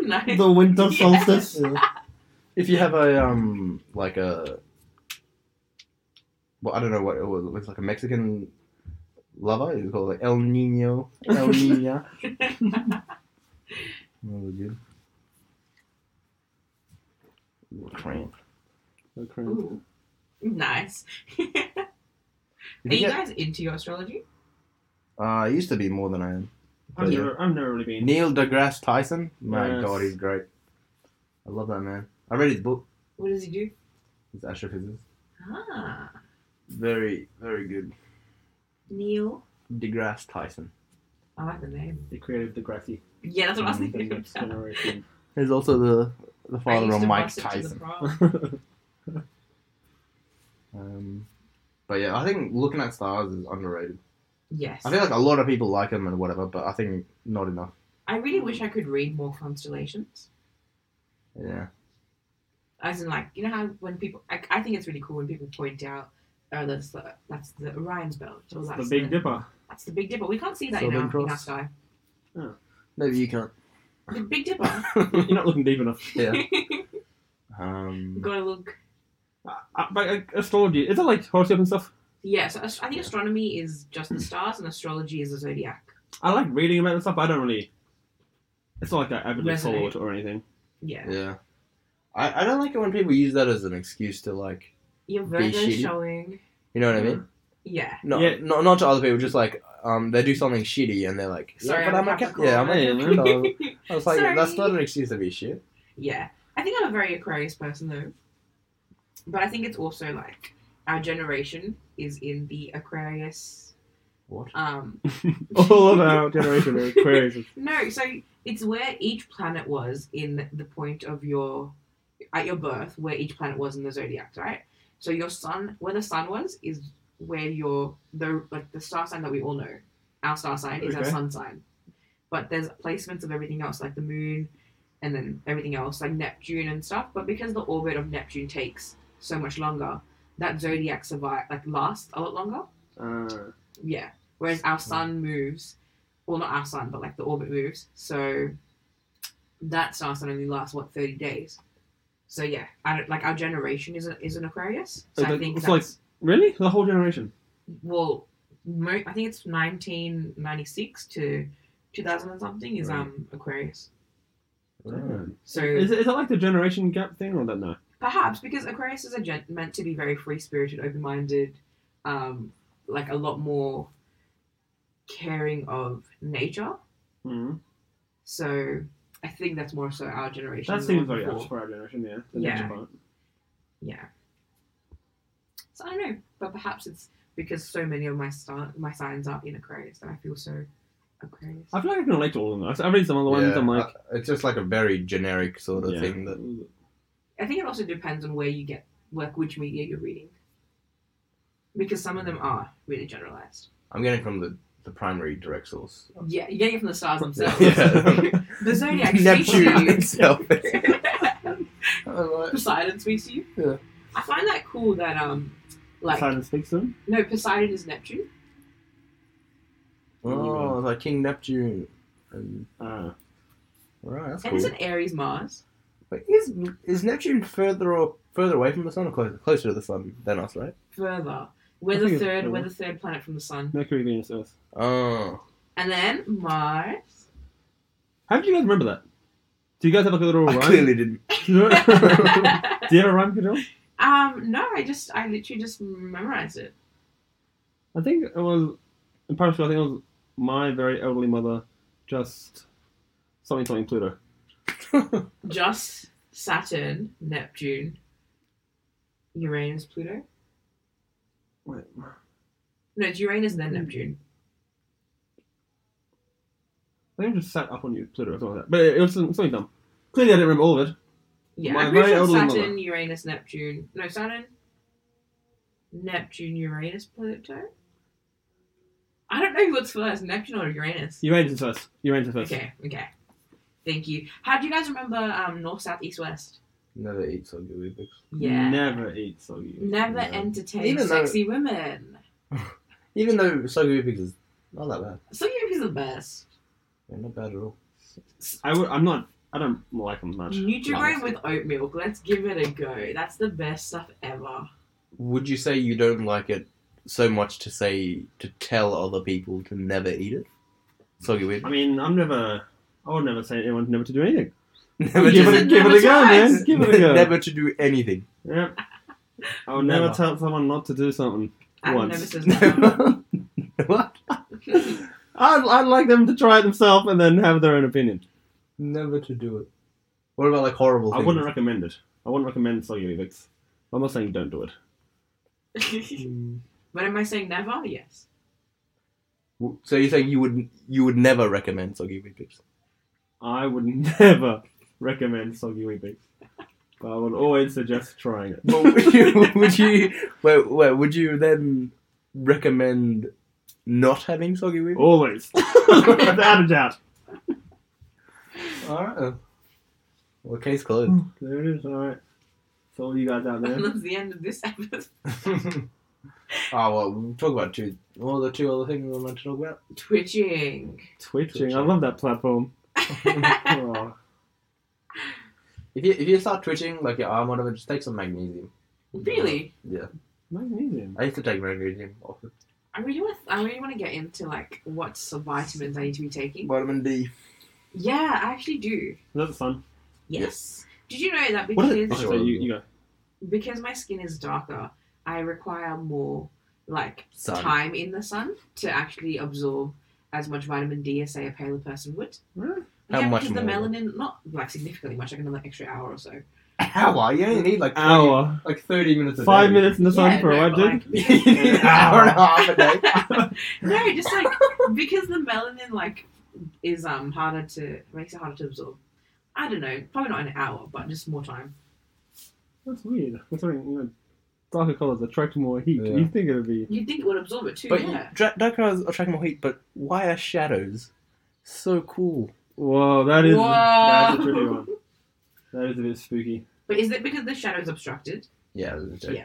Mm. nice. The winter solstice. If you have a um, like a, well, I don't know what it was. It looks like a Mexican lover. It's called like El Nino, El Nina. Really good. Ooh, cramp. Ooh, nice. If Are you you get- guys into your astrology? uh, I used to be more than I am. I've never, I've never really been. Neil deGrasse Tyson. My Yes. God, he's great. I love that man. I read his book. What does he do? His astrophysics. Ah, Very, very good. Neil. DeGrasse Tyson. I like the name. The creative Degrassi. Yeah, that's what I was Mm, The thinking. next about. generation. He's also the the I father used of to Mike bust it to the Tyson. prom. Um, but yeah, I think looking at stars is underrated. yes. I feel like a lot of people like him and whatever, but I think not enough. I really wish I could read more constellations. Yeah. As in, like, you know how when people, I, I think it's really cool when people point out, oh, that's the, that's the Orion's Belt. Or That's that's the Big Dipper. That's the Big Dipper. We can't see that in Southern our, in our Cross. sky. Maybe you can't. The Big Dipper. You're not looking deep enough. yeah. You Um, Gotta look. Uh, uh, but uh, astrology, is that like horoscope and stuff? Yeah, so ast- I think astronomy is just the stars and astrology is the zodiac. I like reading about it and stuff, but I don't really. It's not like I avidly Resonate. follow it or anything. Yeah. yeah. I, I don't like it when people use that as an excuse to like, Your Be Virgo shitty. showing. you know what I Mm. mean? Yeah. No, Yeah. not not to other people. Just like um, they do something shitty and they're like, yeah, Sorry, but I'm I'm, a a cat. Capricorn. Yeah, I'm Hey, a Capricorn. I was like, Sorry. that's not an excuse to be shit. Yeah. I think I'm a very Aquarius person though. But I think it's also like our generation is in the Aquarius What? um All of our generation are Aquarius. no, so it's where each planet was in the point of your at your birth where each planet was in the zodiac, right? So your sun where the sun was is where your the like the star sign that we all know. Our star sign is our Okay. sun sign. But there's placements of everything else like the moon and then everything else like Neptune and stuff, but because the orbit of Neptune takes so much longer, that zodiac survive like lasts a lot longer. Uh, Yeah. Whereas our sun moves, well, not our sun, but like the orbit moves. So that star sun only lasts what thirty days. So yeah, I don't, like our generation is a, is an Aquarius. So So I the- think it's that's really? The whole generation? well, mo- I think it's nineteen ninety six to two thousand and something is Right. um Aquarius. Mm. So Is, it, is it like the generation gap thing or that no? perhaps because Aquarius is a gen- meant to be very free spirited, open minded, um, like a lot more caring of nature. Mm-hmm. Mm. So I think that's more so our generation. That than the seems one very apt before. for our generation, yeah. The Yeah. nature part. Yeah. So I don't know, but perhaps it's because so many of my star my signs are in Aquarius that I feel so Aquarius. I feel like I can relate to all of them. I've- I've read some other ones, Yeah, I'm like. I- it's just like a very generic sort of yeah. thing that I think it also depends on where you get like which media you're reading, because some of them are really generalized. I'm getting from the, the primary direct source. Yeah, you're getting it from the stars themselves. Yeah. The zodiac speaks Neptune to itself. you. Alright. Poseidon speaks to you. Yeah. I find that cool that um, like Poseidon speaks to them. no Poseidon is Neptune. Mm. oh, it's like King Neptune. And, Uh, right, that's And cool. isn't Aries Mars? But is is Neptune further or further away from the sun or closer, closer to the sun than us, right? further. We're I the think it's third. further. We're the third planet from the sun, Mercury, Venus, Earth. Oh, and then Mars. How do you guys remember that? Do you guys have like a little I rhyme? clearly didn't. Do you have a rhyme, Kadil? um, no, I just, I literally just memorized it. I think it was in Paris. I think it was my very elderly mother, just something something Pluto. Just Saturn, Neptune, Uranus, Pluto. Wait, No, it's Uranus Hmm. then Neptune. I think I just sat up on you, Pluto, or something like that. But it, it was some- something dumb. Clearly, I didn't remember all of it. Yeah, My I'm pretty very sure it's elderly Saturn, mother. Uranus, Neptune. No, Saturn, Neptune, Uranus, Pluto. I don't know what's first, Neptune or Uranus. Uranus is first. Uranus is first. Okay, okay. Thank you. How do you guys remember um, north, south, east, west? Never eat soggy Olympics. Yeah. Never eat soggy. Never Yeah. entertain Even though- sexy women. Even though soggy Olympics is not that bad. Soggy Olympics are the best. Yeah, not bad at all. I would. I'm not. I don't like them much. Nutri-Grain with oat milk. Let's give it a go. That's the best stuff ever. Would you say you don't like it so much to say to tell other people to never eat it? Soggy I Olympics. mean, I'm never. I would never say anyone never to do anything. Never give it, to a, give it a go, man. Give it a go. never to do anything. Yep. I would Oh, never, Never. tell someone not to do something. Adam Once. never says never. what? I'd, I'd like them to try it themselves and then have their own opinion. Never to do it. What about like horrible I things? wouldn't recommend it. I wouldn't recommend soggy Olympics. I'm not saying don't do it. Mm. but am I saying never? Yes. W- So you're saying you would you would never recommend soggy Olympics? I would never recommend soggy Olympics. But I would always suggest trying it. Well, would you? Would you? Wait, wait, would you then recommend not having soggy Olympics? Always. Without a doubt. Oh. Alright. Well, case closed. There it is. All right. So all you guys out there. That's the end of this episode. oh well, we'll talk about two. What are the two other things I want to talk about? Twitching. Twitching. I love that platform. Oh, If you if you start twitching like your arm, or whatever, just take some magnesium. Really? Yeah, magnesium. I used to take magnesium. Often. I really want. I really want to get into like what sort of vitamins I need to be taking. Vitamin D. Yeah, I actually do. That's fun. Yes. Did you know that What because is, oh, so you, you go. because my skin is darker, I require more like Sun. time in the sun to actually absorb as much vitamin D as say a paler person would. Really? How yeah, much because the more? melanin not like significantly much, like another extra hour or so. Hour? You only need like 20 Hour. like thirty minutes. A Five day. minutes in the sun Yeah, for no, a while, but, dude. like- you need an hour and a half a day. no, just like because the melanin like is um harder to makes it harder to absorb. I don't know, probably not an hour, but just more time. That's weird. That's right. You know, darker colors attract more heat. Yeah. You think it would be? You'd think it would absorb it too, But yeah. dra- dark colors attract more heat. But why are shadows so cool? Whoa, that is Whoa. that's a tricky one. That is a bit spooky. But is it because the shadow's obstructed? Yeah. Yeah.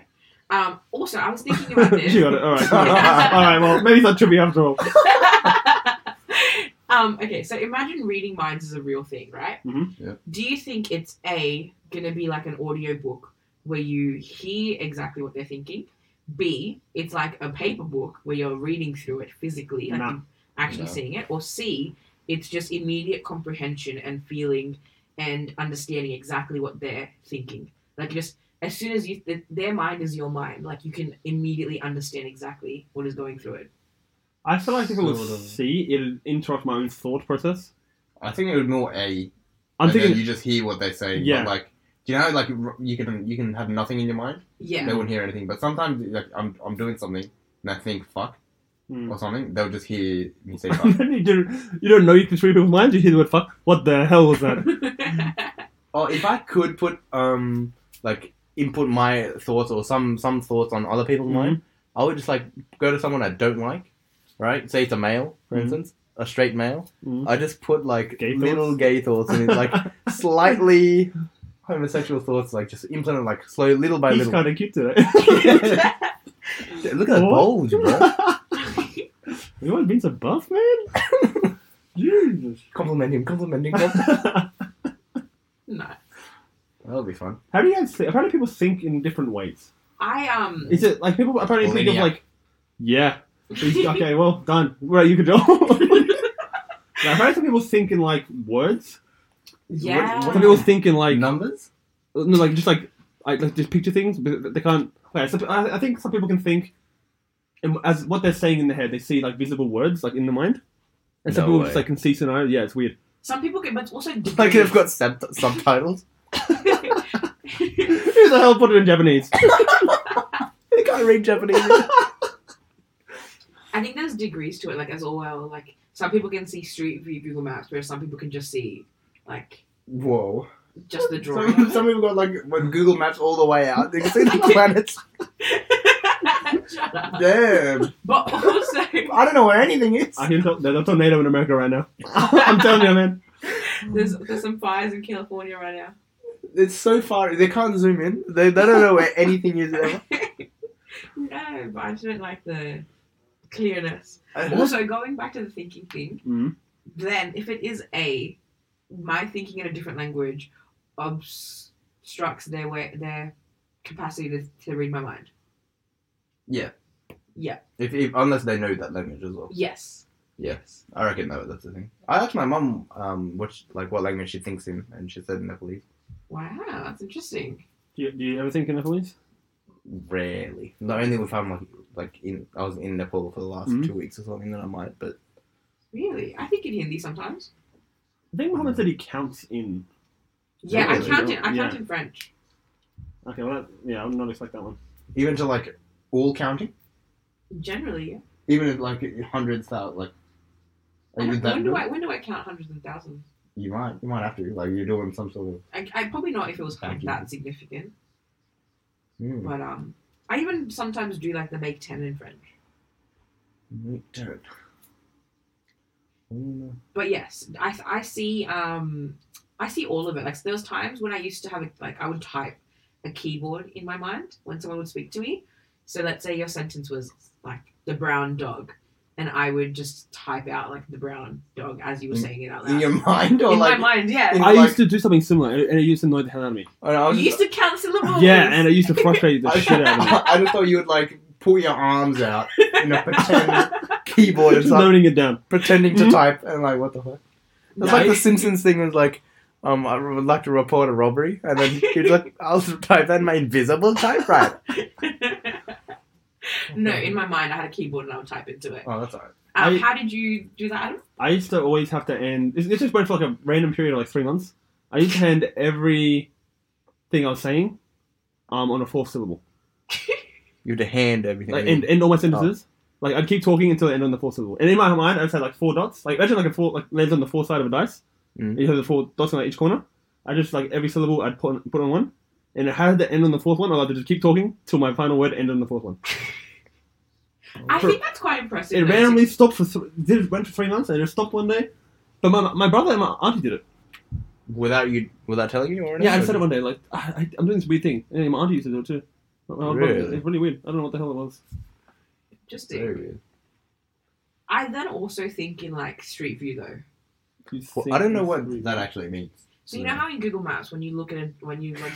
Um also I was thinking about this. She got it. All right, all right. All right, Well, maybe it's not trippy after all. um, okay, so imagine reading minds is a real thing, right? Mhm. Yeah. Do you think it's A, gonna be like an audiobook where you hear exactly what they're thinking? B, it's like a paper book where you're reading through it physically, like Nah. you're actually No. seeing it, or C, it's just immediate comprehension and feeling and understanding exactly what they're thinking. Like just as soon as you th- their mind is your mind, like you can immediately understand exactly what is going through it. I feel like if it was Sort of. C, it'd interrupt my own thought process. I think it would more a. I'm and thinking. then you just hear what they say. Yeah. Yeah. Like, do you know, like r- you can you can have nothing in your mind. Yeah. They wouldn't hear anything. But sometimes, like I'm I'm doing something and I think fuck Hmm. or something, they'll just hear me say And fuck. then you, do, you don't know you can read people's minds. You hear the word "fuck." What the hell was that? or if I could put um like input my thoughts or some some thoughts on other people's Mhm. mind, I would just like go to someone I don't like, right? Say it's a male, for Mhm. instance, a straight male. Mhm. I just put like Gay little thoughts? gay thoughts and like slightly homosexual thoughts, like just implement like slow little by He's little. kind of cute today. Look at that What? bulge, bro. you want being so buff, man? Jesus. compliment him, compliment him. compliment- How no. That'll be fun. do you guys? Think, how do people think in different ways? I um Is it like people apparently think Linear. of like, yeah, He's- okay, well done. Right, you can do. like, apparently, some people think in like words. yeah. Some people think in like no, numbers? like just like like, like just picture things, but they can't. Okay, so I, I think some people can think in, as what they're saying in their head. They see like visible words like in the mind, and some No people way. just like can see scenario. Yeah, it's weird. Some people get, but also degrees. Like they've got sub- subtitles. Who the hell put it in Japanese? They can't read Japanese. I think there's degrees to it, like as well. Like some people can see Street View Google Maps, whereas some people can just see like Whoa. just the drawing. Some, some people got like when Google Maps all the way out, they can see the planets. Shut up. Damn. But also, I don't know where anything is. I can tell there's a tornado in America right now. I'm telling you, man. There's there's some fires in California right now. It's so far. They can't zoom in. They, they don't know where anything is. Ever. no, but I didn't like the clearness. I- Also, going back to the thinking thing, Mhm. then if it is a my thinking in a different language obstructs their way their capacity to, to read my mind. If, if unless they know that language as well. Yes. Yeah. I reckon that that's the thing. I asked my mum um what she, like what language she thinks in, and she said Nepalese. Wow, that's interesting. Do you, do you ever think in Nepalese? Rarely. Not only if I'm like like in I was in Nepal for the last Mhm. two weeks or something, then I might. But Really, I think in Hindi sometimes. I think Hmm. Muhammad said he counts in. Yeah, I Really? count in. I count Yeah. in French. Okay, well, that, yeah, I would not expect that one. even to like all counting, Generally, yeah. even if like hundreds thousand, like are I you don't- that when Oh do good? I when do I count hundreds and thousands? You might you might have to like you're doing some sort of. I, I probably not if it was Thank you. that significant, Hmm. but um, I even sometimes do like the make ten in French. Dude. Mm. But yes, I I see um I see all of it. Like there was times when I used to have a, like I would type a keyboard in my mind when someone would speak to me. So let's say your sentence was like the brown dog, and I would just type out like the brown dog as you were In- saying it out loud. In your mind or in like my mind, yeah. in- I Like- used to do something similar, and and it used to annoy the hell out of me. I, I was you just- used to count syllables. Yeah, and it used to frustrate the Oh, I, shit out of me. I just thought you would like pull your arms out in a pretend keyboard and Just start loading it down. pretending to Mhm. type and like what the fuck. It's No, like the I- Simpsons thing was like, um, I would like to report a robbery, and then he'd like, I'll type that in my invisible typewriter. no, in my mind, I had a keyboard and I would type into it. Oh, that's alright. Um, I- how did you do that, Adam? I used to always have to end. This this just went for like a random period of like three months. I used to end every thing I was saying um, on a fourth syllable. You had to hand everything. Like end, end all my sentences. Like I'd keep talking until the end on the fourth syllable. And in my mind, I just had like four dots. Like imagine like a four like lands on the four side of a dice. Mm. And you have the four dots on like, each corner. I just like every syllable I'd put on, put on one, and it had to end on the fourth one. I like to just keep talking till my final word ended on the fourth one. I For- think that's quite impressive. It though, randomly stopped for th- did it went for three months and it stopped one day. But my, my brother and my auntie did it. without you, without telling you or anything. Yeah, I said it one day. Like I, I, I'm doing this weird thing, and my auntie used to do it too. My- my brother- Really? It's really weird. I don't know what the hell it was. Interesting. Very weird. I then also think in like Street View though. You Well, think I don't know it's what weird. that actually means. So Mm. you know how in Google Maps when you look at it, when you like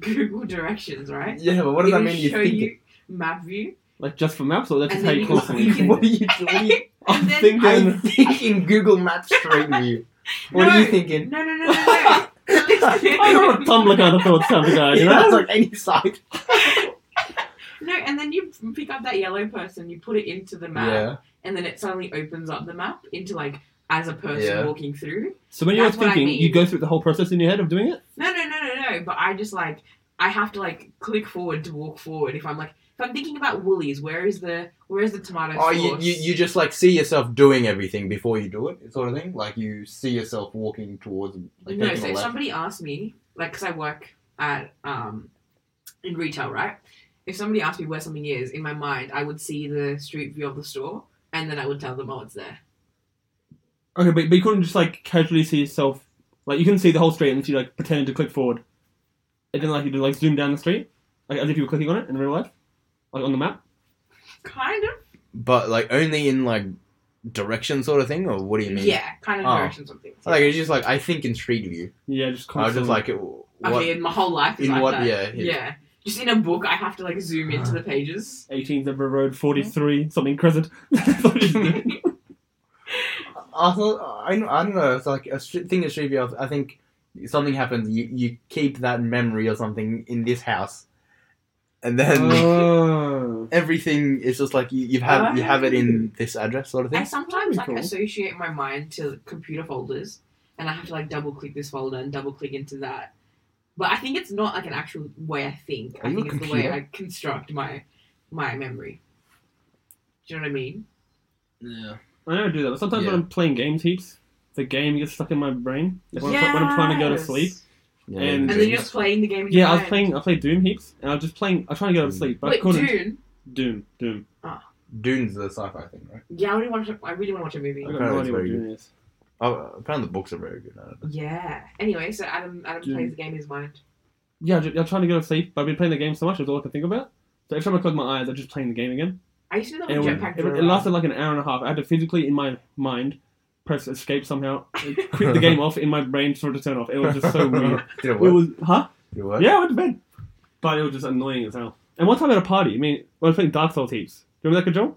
Google directions, right? Yeah, but what does It'll that mean? You show think you map view, Like just for maps, or that's just And how then you constantly. you- it? think? what are you doing? I'm and then thinking. I'm thinking Google Maps straight view. What are you No. thinking? No, no, no, no, no. I don't want a Tumblr kind of thought sound guy, Uh, you know? like any site. no, and then you pick up that yellow person, you put it into the map, Yeah. and then it suddenly opens up the map into like as a person Yeah. walking through. So when you're That's what I thinking, mean. you go through the whole process in your head of doing it. No, no, no, no, no. But I just like I have to like click forward to walk forward. If I'm like if I'm thinking about Woolies, where is the where is the tomato Oh, sauce? you, you you just like see yourself doing everything before you do it, sort of thing. Like you see yourself walking towards. Like, no, taking so a if left. somebody asked me, like, because I work at um in retail, right? If somebody asked me where something is, in my mind, I would see the street view of the store, and then I would tell them, oh, it's there. Okay, but, but you couldn't just like casually see yourself. Like you couldn't see the whole street unless you like pretended to click forward, and then like you did like zoom down the street, like as if you were clicking on it in real life, like on the map. Kind of. But like only in like direction, sort of thing. Or what do you mean? Yeah, kind of Oh. directions of things. Like it's just like I think in street view. Yeah, just I was constantly. just like, what? okay, my whole life is in like what? Ah. that. Yeah. Yeah. Just in a book, I have to like zoom into the pages. 18th Edinburgh Road, 43, Mm-hmm. something crescent. I thought I, don't- I don't know. It's like a str- thing in street view. I think something happens. You you keep that memory or something in this house, and then. oh. everything is just like you, you've had you have it Uh. in this address sort of I thing. sometimes Pretty like cool. associate my mind to computer folders, and I have to like double click this folder and double click into that. But I think it's not like an actual way I think. Are I you think a it's the way computer? I construct my my memory. Do you know what I mean? Yeah. I never do that. But sometimes when I'm playing games heaps, the game gets stuck in my brain. Like when, I'm, when I'm trying to go to Yes. sleep. yeah And- And then you're just playing the game. In your Yeah, I was mind. playing. I played Doom heaps, and I was just playing. I was trying to go to Mm. sleep, but I Wait, couldn't. Dune. Doom, Doom. Dune's the sci-fi thing, right? Yeah, I really want to. I really want to watch a movie. I got Apparently no it's idea what very Doom is. Oh, apparently the books are very good. I don't know. Yeah. Anyway, so Adam Adam Dude. plays the game in his mind. Yeah, I'm ju- I'm trying to go to sleep, but I've been playing the game so much, that's all I can think about. So every time I close my eyes, I'm just playing the game again. I used to do that It, with was, Jetpack it, it Guerrero. lasted like an hour and a half. I had to physically, in my mind, press escape somehow, and quit the game off in my brain for it to turn off. It was just so weird. Did it It work? was, huh? Did it work? Yeah, I went to bed. But it was just annoying as hell. And one time at a party, I mean, I was playing Dark Souls heaps. Do you remember that, Control?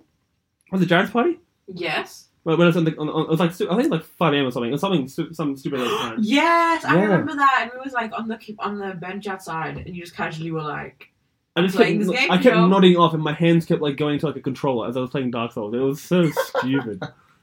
Was it Jared's party? Yes. Well, when I was on the, on, on, it was like, stu- I think it was like 5 a.m. or something. It was something, stu- some stupid late time. Yes, I Yeah. remember that. And we was like on the on the bench outside, and you just casually were like, I just Playing kept, this game, I kept Joe. nodding off and my hands kept like going to like a controller as I was playing Dark Souls. It was so stupid.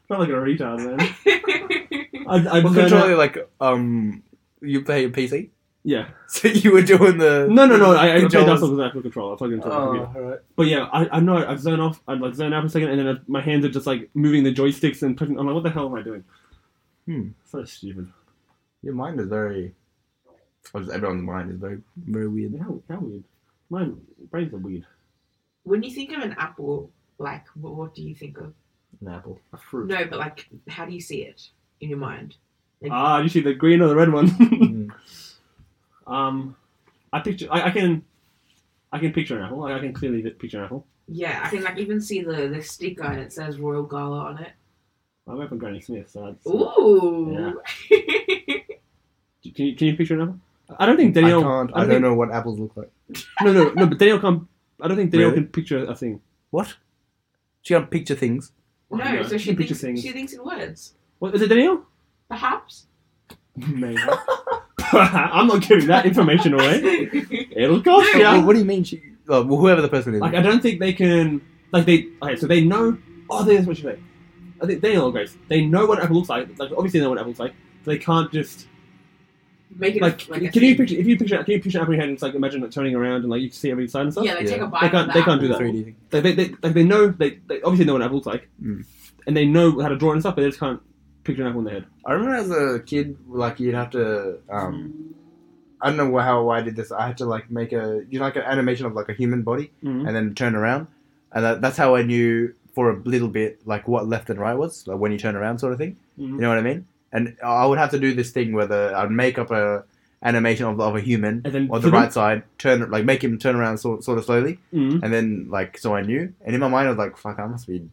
Felt like a retard, man. I, I Well, just ran out- controller, like, um, you play a PC? Yeah. So you were doing the. No, no, no. I, I played Dark controllers. Souls with an actual controller. I plugged it into my Oh, computer. alright. But yeah, I, I know I zone off. I'd like zone out for a second, and then I, my hands are just like moving the joysticks and pushing. I'm like, what the hell am I doing? Hmm. So stupid. Your mind is very. Or just everyone's mind is very, very weird. How, how weird. My brains are weird. when you think of an apple, like what, what do you think of? An apple. A fruit. No, but like, how do you see it in your mind? Ah, you see the green or the red one? Mm. um, I picture. I, I can. I can picture an apple. I, I can clearly picture an apple. Yeah, I can like even see the the sticker and it says Royal Gala on it. I'm up on Granny Smith, so that's, Ooh. can you can you picture an apple? I don't think Danielle. I can't. I I don't, don't think- know what apples look like. No, no, no. But Danielle can't. I don't think Danielle Really? can picture a thing. What? She can't picture things. no, so she You picture thinks things. she thinks in words. What is it, Danielle? Perhaps. Maybe. I'm not giving that information away. It'll cost Yeah. Well, you. what do you mean she? Well, whoever the person is. Like I don't think they can. Like they. Okay, so they know. Oh, there's what you say. I think Daniel or Grace. They know what apple looks like. Like obviously they know what apple looks like. So they can't just Make it like. a- like a can you thing. picture? If you picture, can you picture an apple in your head and it's like imagine it turning around and like you can see every side and stuff. Yeah, like take Yeah. a bite. They can't- of they the can't do apple. that. 3D thing. They, they, they, like they know they, they obviously know what an apple looks like, Mm. and they know how to draw and stuff, but they just can't picture an apple in their head. I remember as a kid, like you'd have to. Um, I don't know wh- how I did this. I had to like make a, you know, like an animation of like a human body, Mhm. and then turn around, and that, that's how I knew for a little bit like what left and right was, like when you turn around, sort of thing. Mhm. You know what I mean? And I would have to do this thing where the, I'd make up a animation of, of a human And then on the right side, turn like make him turn around sort, sort of slowly, Mhm. and then like so I knew. And in my mind, I was like, "Fuck, I must be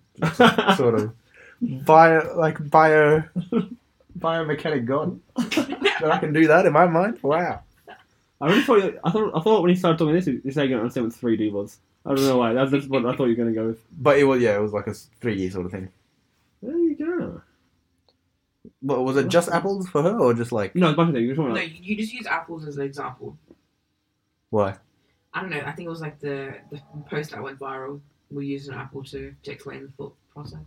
sort of bio like bio biomechanic god that I can do that in my mind. Wow. I really thought you- I thought I thought when you started talking this, you said you don't understand what three D was. I don't know why. That's just what I thought you were gonna go with. But it was yeah, it was like a three year sort of thing. There you go. But was it just apples for her or just like No, it's a bunch of things. You're talking No, about. you just use apples as an example. why? I don't know. I think it was like the, the post that went viral. We used an apple to, to explain the thought process.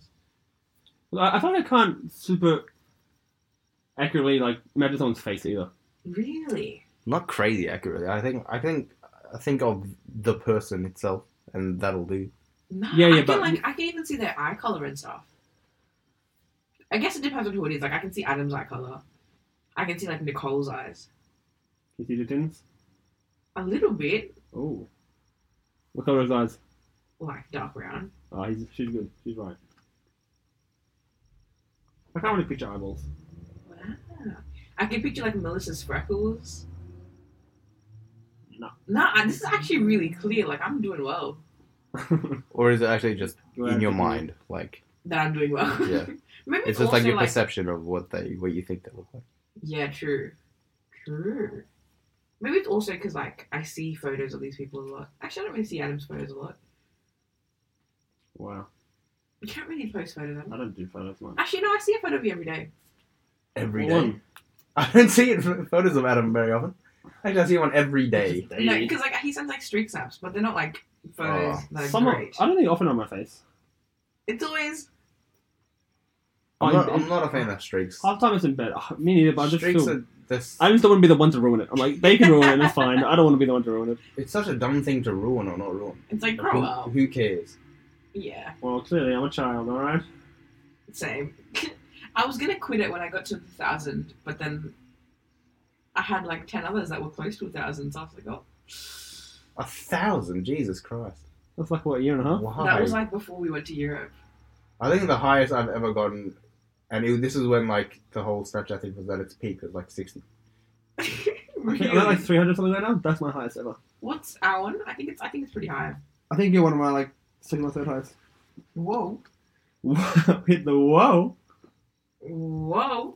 I, I feel like I can't super accurately like imagine someone's face either. Really? Not crazy accurately. I think I think I think of the person itself and that'll do. No, Yeah, I yeah, can, but- like I can even see their eye color and stuff. I guess it depends on who it is. Like I can see Adam's eye color. I can see like Nicole's eyes You see the tins? a little bit, Oh. What colour are his eyes? like dark brown. Oh, he's, she's good. She's right. I can't really picture eyeballs. Wow. I can picture like Melissa's freckles. No. No, I- this is actually really clear. Like I'm doing well. Or is it actually just in your mind? Like That I'm doing well. Yeah. Maybe it's it's, just also like your perception of what they what you think they look like. Yeah, true. True. Maybe it's also because, like, I see photos of these people a lot. Actually, I don't really see Adam's photos a lot. Wow. You can't really post photos of I them. don't do photos much. Actually, no, I see a photo of you every day. Every Well, day. I don't see it photos of Adam very often. Actually I see one every day. just No, daily. because, like, he sends, like, streak snaps, but they're not, like, photos Oh. that are Some of- great. I don't think often on my face. It's always, I'm I'm not, in- I'm not a fan of streaks. Half time it's in bed. Oh, me neither, but I just streaks feel. are this, I just don't want to be the one to ruin it. I'm like, they can ruin it, it's fine. I don't want to be the one to ruin it. it's such a dumb thing to ruin or not ruin. it's like, Who, grow up. who cares? Yeah, Well, clearly I'm a child, alright? same. I was going to quit it when I got to 1,000, but then I had, like, 10 others that were close to 1,000, so I was like, oh. A thousand, Jesus Christ! That's like, what, a year and a half? Why? That was, like, before we went to Europe. I think the highest I've ever gotten and it, this is when like the whole Snapchat thing was at its peak of like sixty. I think I'm at like 300 something right now. That's my highest ever. What's our one? I think it's I think it's pretty high. I think you're one of my like second or third highest. Whoa, Wow, Hit the whoa. Hmm. whoa!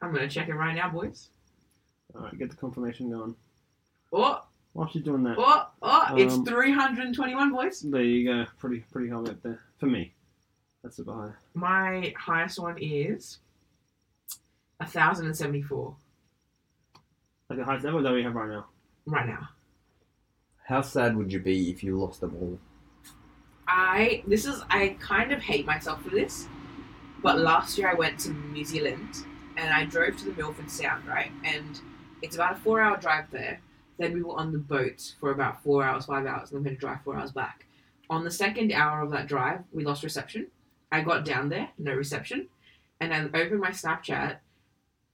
I'm gonna check it right now, boys. All right, get the confirmation going. Oh, While she's doing that, oh, oh! it's Um, 321, boys. there you go. Pretty, pretty high up there for me. That's super high. My highest one is 1,074 Like the highest ever that we have right now. right now. How sad would you be if you lost them all? I this is I kind of hate myself for this, but last year I went to New Zealand and I drove to the Milford Sound, right? And it's about a four hour drive there. Then we were on the boat for about four hours, five hours, and then we had to drive four hours back. On the second hour of that drive, we lost reception. I got down there, no reception, and I opened my Snapchat,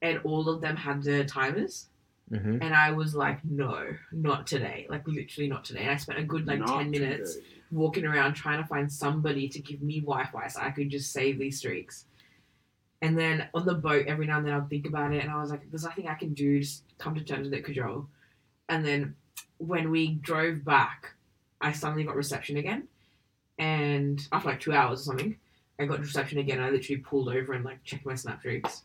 and all of them had their timers, Mm-hmm. and I was like, no, not today, like literally not today. And I spent a good like ten minutes walking around trying to find somebody to give me Wi-Fi so I could just save these streaks. And then on the boat, every now and then I'd think about it, and I was like, "There's nothing I can do. Just come to terms with it, cajole." And then when we drove back, I suddenly got reception again, and after like two hours or something, I got reception again. I literally pulled over and like checked my snap streaks.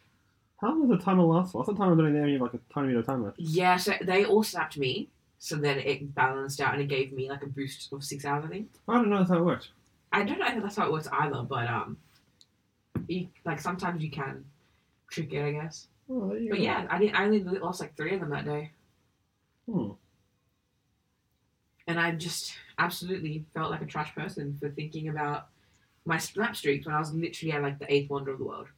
How long does the timer last for? I thought timer was only there when you have like a tiny bit of time left. Yeah, so they all snapped me, so then it balanced out and it gave me like a boost of six hours, I think. I don't know how it works. I don't know if that's how it works either, but um, you, like sometimes you can trick it, I guess. Oh, there you But go. yeah, I didn't. I only lost like three of them that day, Hmm. and I just absolutely felt like a trash person for thinking about my snap streaks when I was literally at like the eighth wonder of the world.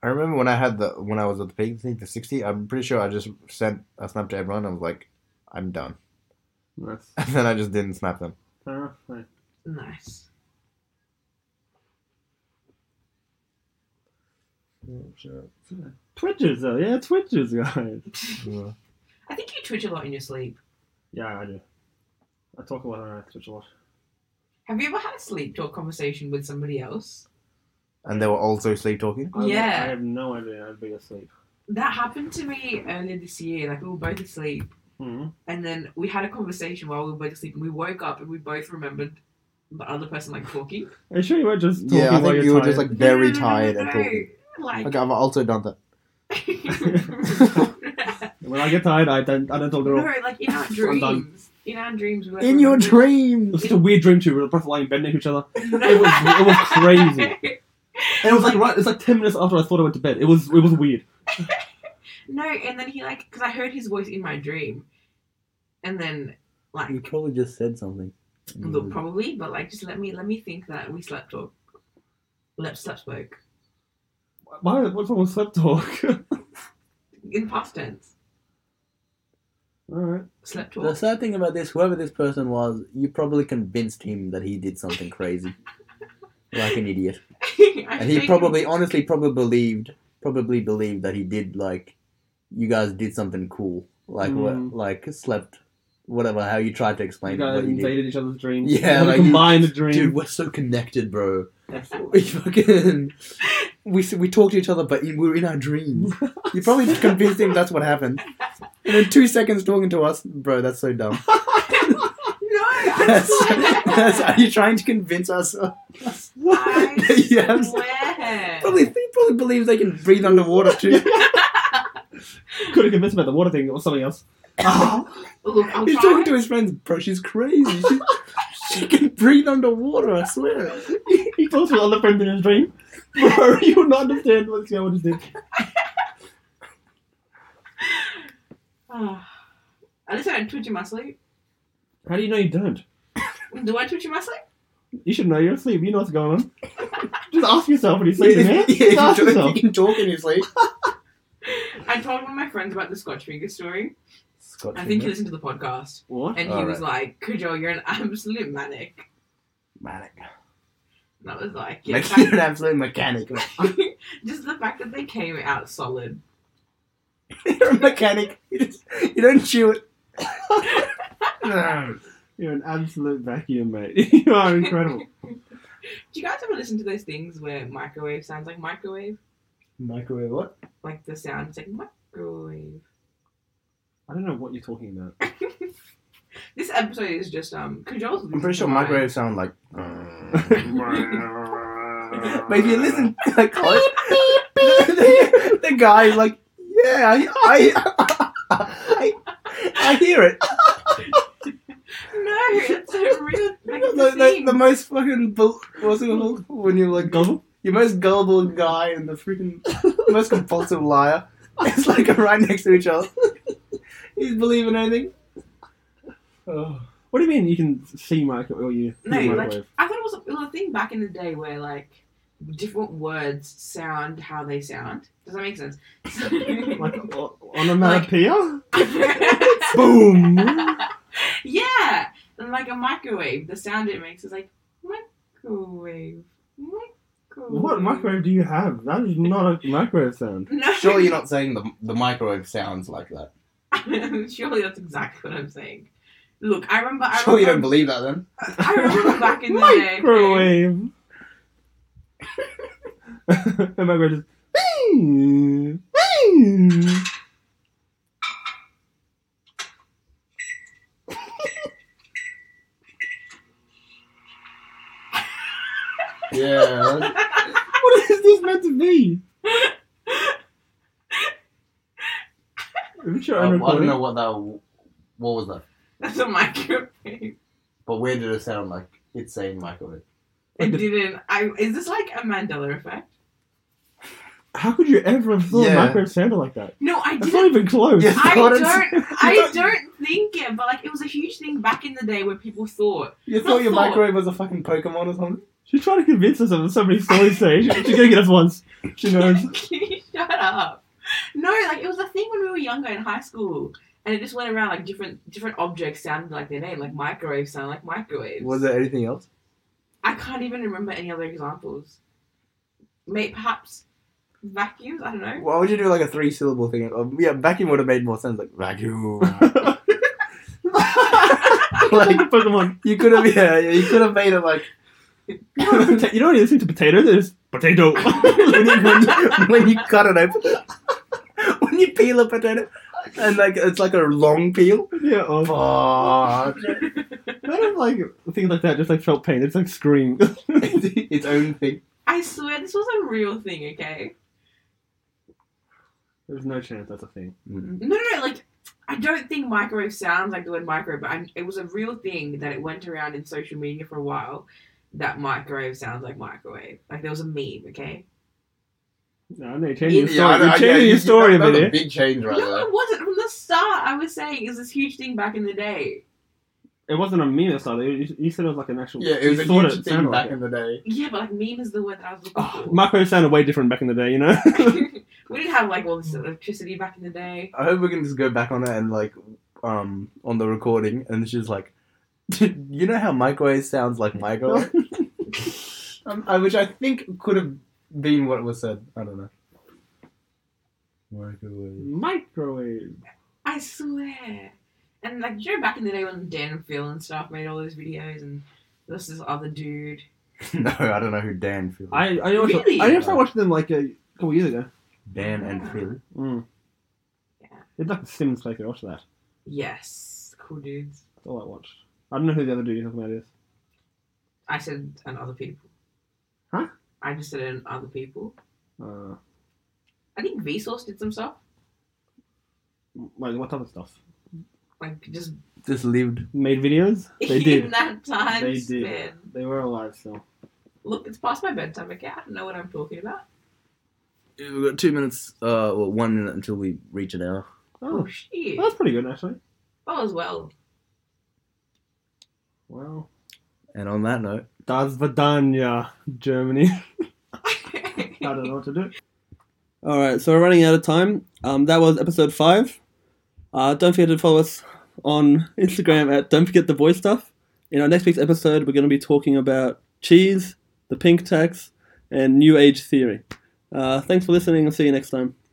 I remember when I had the when I was at the peak, I think the sixty. I'm pretty sure I just sent a snap to everyone. I was like, I'm done, That's and then I just didn't snap them. fair enough. mate. Nice. Oh, Twitches though, yeah, twitches, guys. Yeah. I think you twitch a lot in your sleep. Yeah, I do. I talk a lot and I twitch a lot. Have you ever had a sleep talk conversation with somebody else? And they were also sleep talking. I- Yeah. I have no idea. I'd be asleep. That happened to me earlier this year. Like we were both asleep, Hmm. and then we had a conversation while we were both asleep, and we woke up and we both remembered the other person like talking. Are you sure you weren't just talking yeah, I while think you're you were tired? just like No, no, very no, no, tired no, and no. talking. Like, Okay, I've also done that. When I get tired, I don't, I don't talk at all. no, like in our I'm done. dreams. In our dreams. we were- In your It was dreams, just a weird dream too. We were both lying bed next to each other. No. It was it was crazy. And it was like right, it's like ten minutes after I thought I went to bed. It was it was weird. No, and then he like because I heard his voice in my dream, and then like Mm. probably just said something. look probably, but like just let me let me think that we slept talk. Lep slept spoke Why? What's wrong with sleep talk? all in past tense. right. Slept The talk. sad thing about this, whoever this person was, you probably convinced him that he did something crazy, like an idiot, I and he think- probably, honestly, probably believed, probably believed that he did like, you guys did something cool, like Mm. what, like slept, whatever. How you tried to You explain guys what you did. invaded each other's dreams. Yeah, You like you- combined the Dude, dream. we're so connected, bro. Absolutely. We fucking, we s- we talk to each other, but in, we're in our dreams. You probably convinced him that's what happened, and then two seconds talking to us, bro. That's so dumb. no. I That's, swear. that's, are you trying to convince us? I Yes. swear. Probably, he probably believes they can breathe underwater too. Could have convinced me about the water thing or something else. Oh, Look, I'll He's try. talking to his friends, bro. She's crazy. She, she can breathe underwater. I swear. he talks to other friends in his dream. Bro, you would not understand what I just did. Ah. At least I don't twitch in my sleep. How do you know you don't? Do I twitch in my sleep? You should know you're asleep. You know what's going on. Just ask yourself when you sleep, man. Yeah, Just if, ask you talk, yourself. if you can talk in your sleep. I told one of my friends about the Scotch finger story. Scott I think he listened to the podcast, What? and he was like, "Kajol, you're an absolute manic." manic. And I was like, yeah, Like, you're an absolute mechanic. just the fact that they came out solid. You're a mechanic. You, just, you don't chew it. No. You're an absolute vacuum, mate. you are incredible. Do you guys ever listen to those things where microwave sounds like microwave? Microwave what? Like the sound is like microwave. I don't know what you're talking about. This episode is just um controls. I'm pretty sure microwaves sound like. But if you listen like close, the, the guy is like, yeah, I, I, I, I hear it. No, it's a real like The, it's a the, thing. the most fucking bull, what's it called when you're like gullible? Your most gullible guy and the freaking most compulsive liar. It's like right next to each other. He's believing anything. Oh. What do you mean you can see microwave or you No, hear like- microwave? I thought it was a little thing back in the day where like different words sound how they sound. Does that make sense? Like, o- on a mad Like- pier? Boom! yeah, and like a microwave, the sound it makes is like microwave, microwave. what microwave do you have? That is not a microwave sound. No, Surely you're not saying the, the microwave sounds like that. Surely that's exactly what I'm saying. Look, I remember. I Surely you don't remember, believe that then. I remember back in the day. Microwave! the microwave just. "Bing, bing." Yeah. What is this meant to be? I'm sure I'm Um, I don't recording. know what that. w- What was that? That's a microwave. But where did it sound like it's saying microwave? It didn't. I is this like a Mandela effect? How could you ever have thought Yeah. a microwave sounded like that? No, I That's not didn't. even close. Yeah. I thought don't. it's- I don't think it. But like, it was a huge thing back in the day where people thought. You thought your Thought. microwave was a fucking Pokemon or something? She's trying to convince us of so many stories today. She, she's gonna get us once. She knows. Shut up. No, like it was a thing when we were younger in high school, and it just went around like different different objects sounded like their name, like microwaves sound like microwaves. Was there anything else? I can't even remember any other examples. Mate, perhaps vacuums. I don't know. Why would you do like a three syllable thing? Um, yeah, vacuum would have made more sense. Like vacuum. like Like Pokemon. you could have, yeah, yeah, you could have made it like You know, what pota- you know what you listen to potatoes? It's potato. when you, when you, when you cut it open, when you peel a potato, and like it's like a long peel. yeah, oh. Fuck. Kind of like things like that, just like felt pain. It's like scream. its own thing. I swear this was a real thing. Okay. There's no chance that's a thing. No, no, no, like I don't think microwave sounds like the word microwave, but I, it was a real thing that it went around in social media for a while. That microwave sounds like microwave. Like there was a meme, okay? No, no, you're changing your Yeah, story. you're changing your story a that, bit was a here. big change right no, there. it wasn't from the start. I was saying it was this huge thing back in the day. It wasn't a meme or something. You, you said it was like an actual. Yeah, it was you a thought huge thing sounded back like in the day. Yeah, but like meme is the word that I was looking it. Oh, microwave sounded way different back in the day, you know? for. we didn't have like all this electricity back in the day. I hope we can just go back on it and like, um, on the recording, and she's like, you know how microwave sounds like microwave, um, I- which I think could have been what was said. I don't know. Microwave. Microwave. I swear. And like do you know back in the day when Dan Phil and stuff made all those videos and there was this other dude. no, I don't know who Dan feels. I I also, Really? I also watched them like a couple years ago. Dan and Phil. Mm. Yeah. It's like the Sims like I watched that. Yes. Cool dudes. That's all I watched. I don't know who the other dude you're talking about is. I said and other people. Huh? I just said and other people. Uh, I think Vsauce did some stuff. like what type of stuff? Like just Just lived. Made videos? They in did. that time They span. did. They were alive still. Look, it's past my bedtime, okay? I don't know what I'm talking about. We've got two minutes, uh, well, one minute until we reach an hour. Oh, Oh, shit. that's pretty good actually. Oh, as well. Well, And on that note, Das Vidania, Germany. I don't know what to do. All right, so we're running out of time. Um, that was episode five. Uh, don't forget to follow us on Instagram at Don't Forget the Boy Stuff. In our next week's episode, we're going to be talking about cheese, the pink tax, and New Age theory. Uh, thanks for listening. I'll see you next time.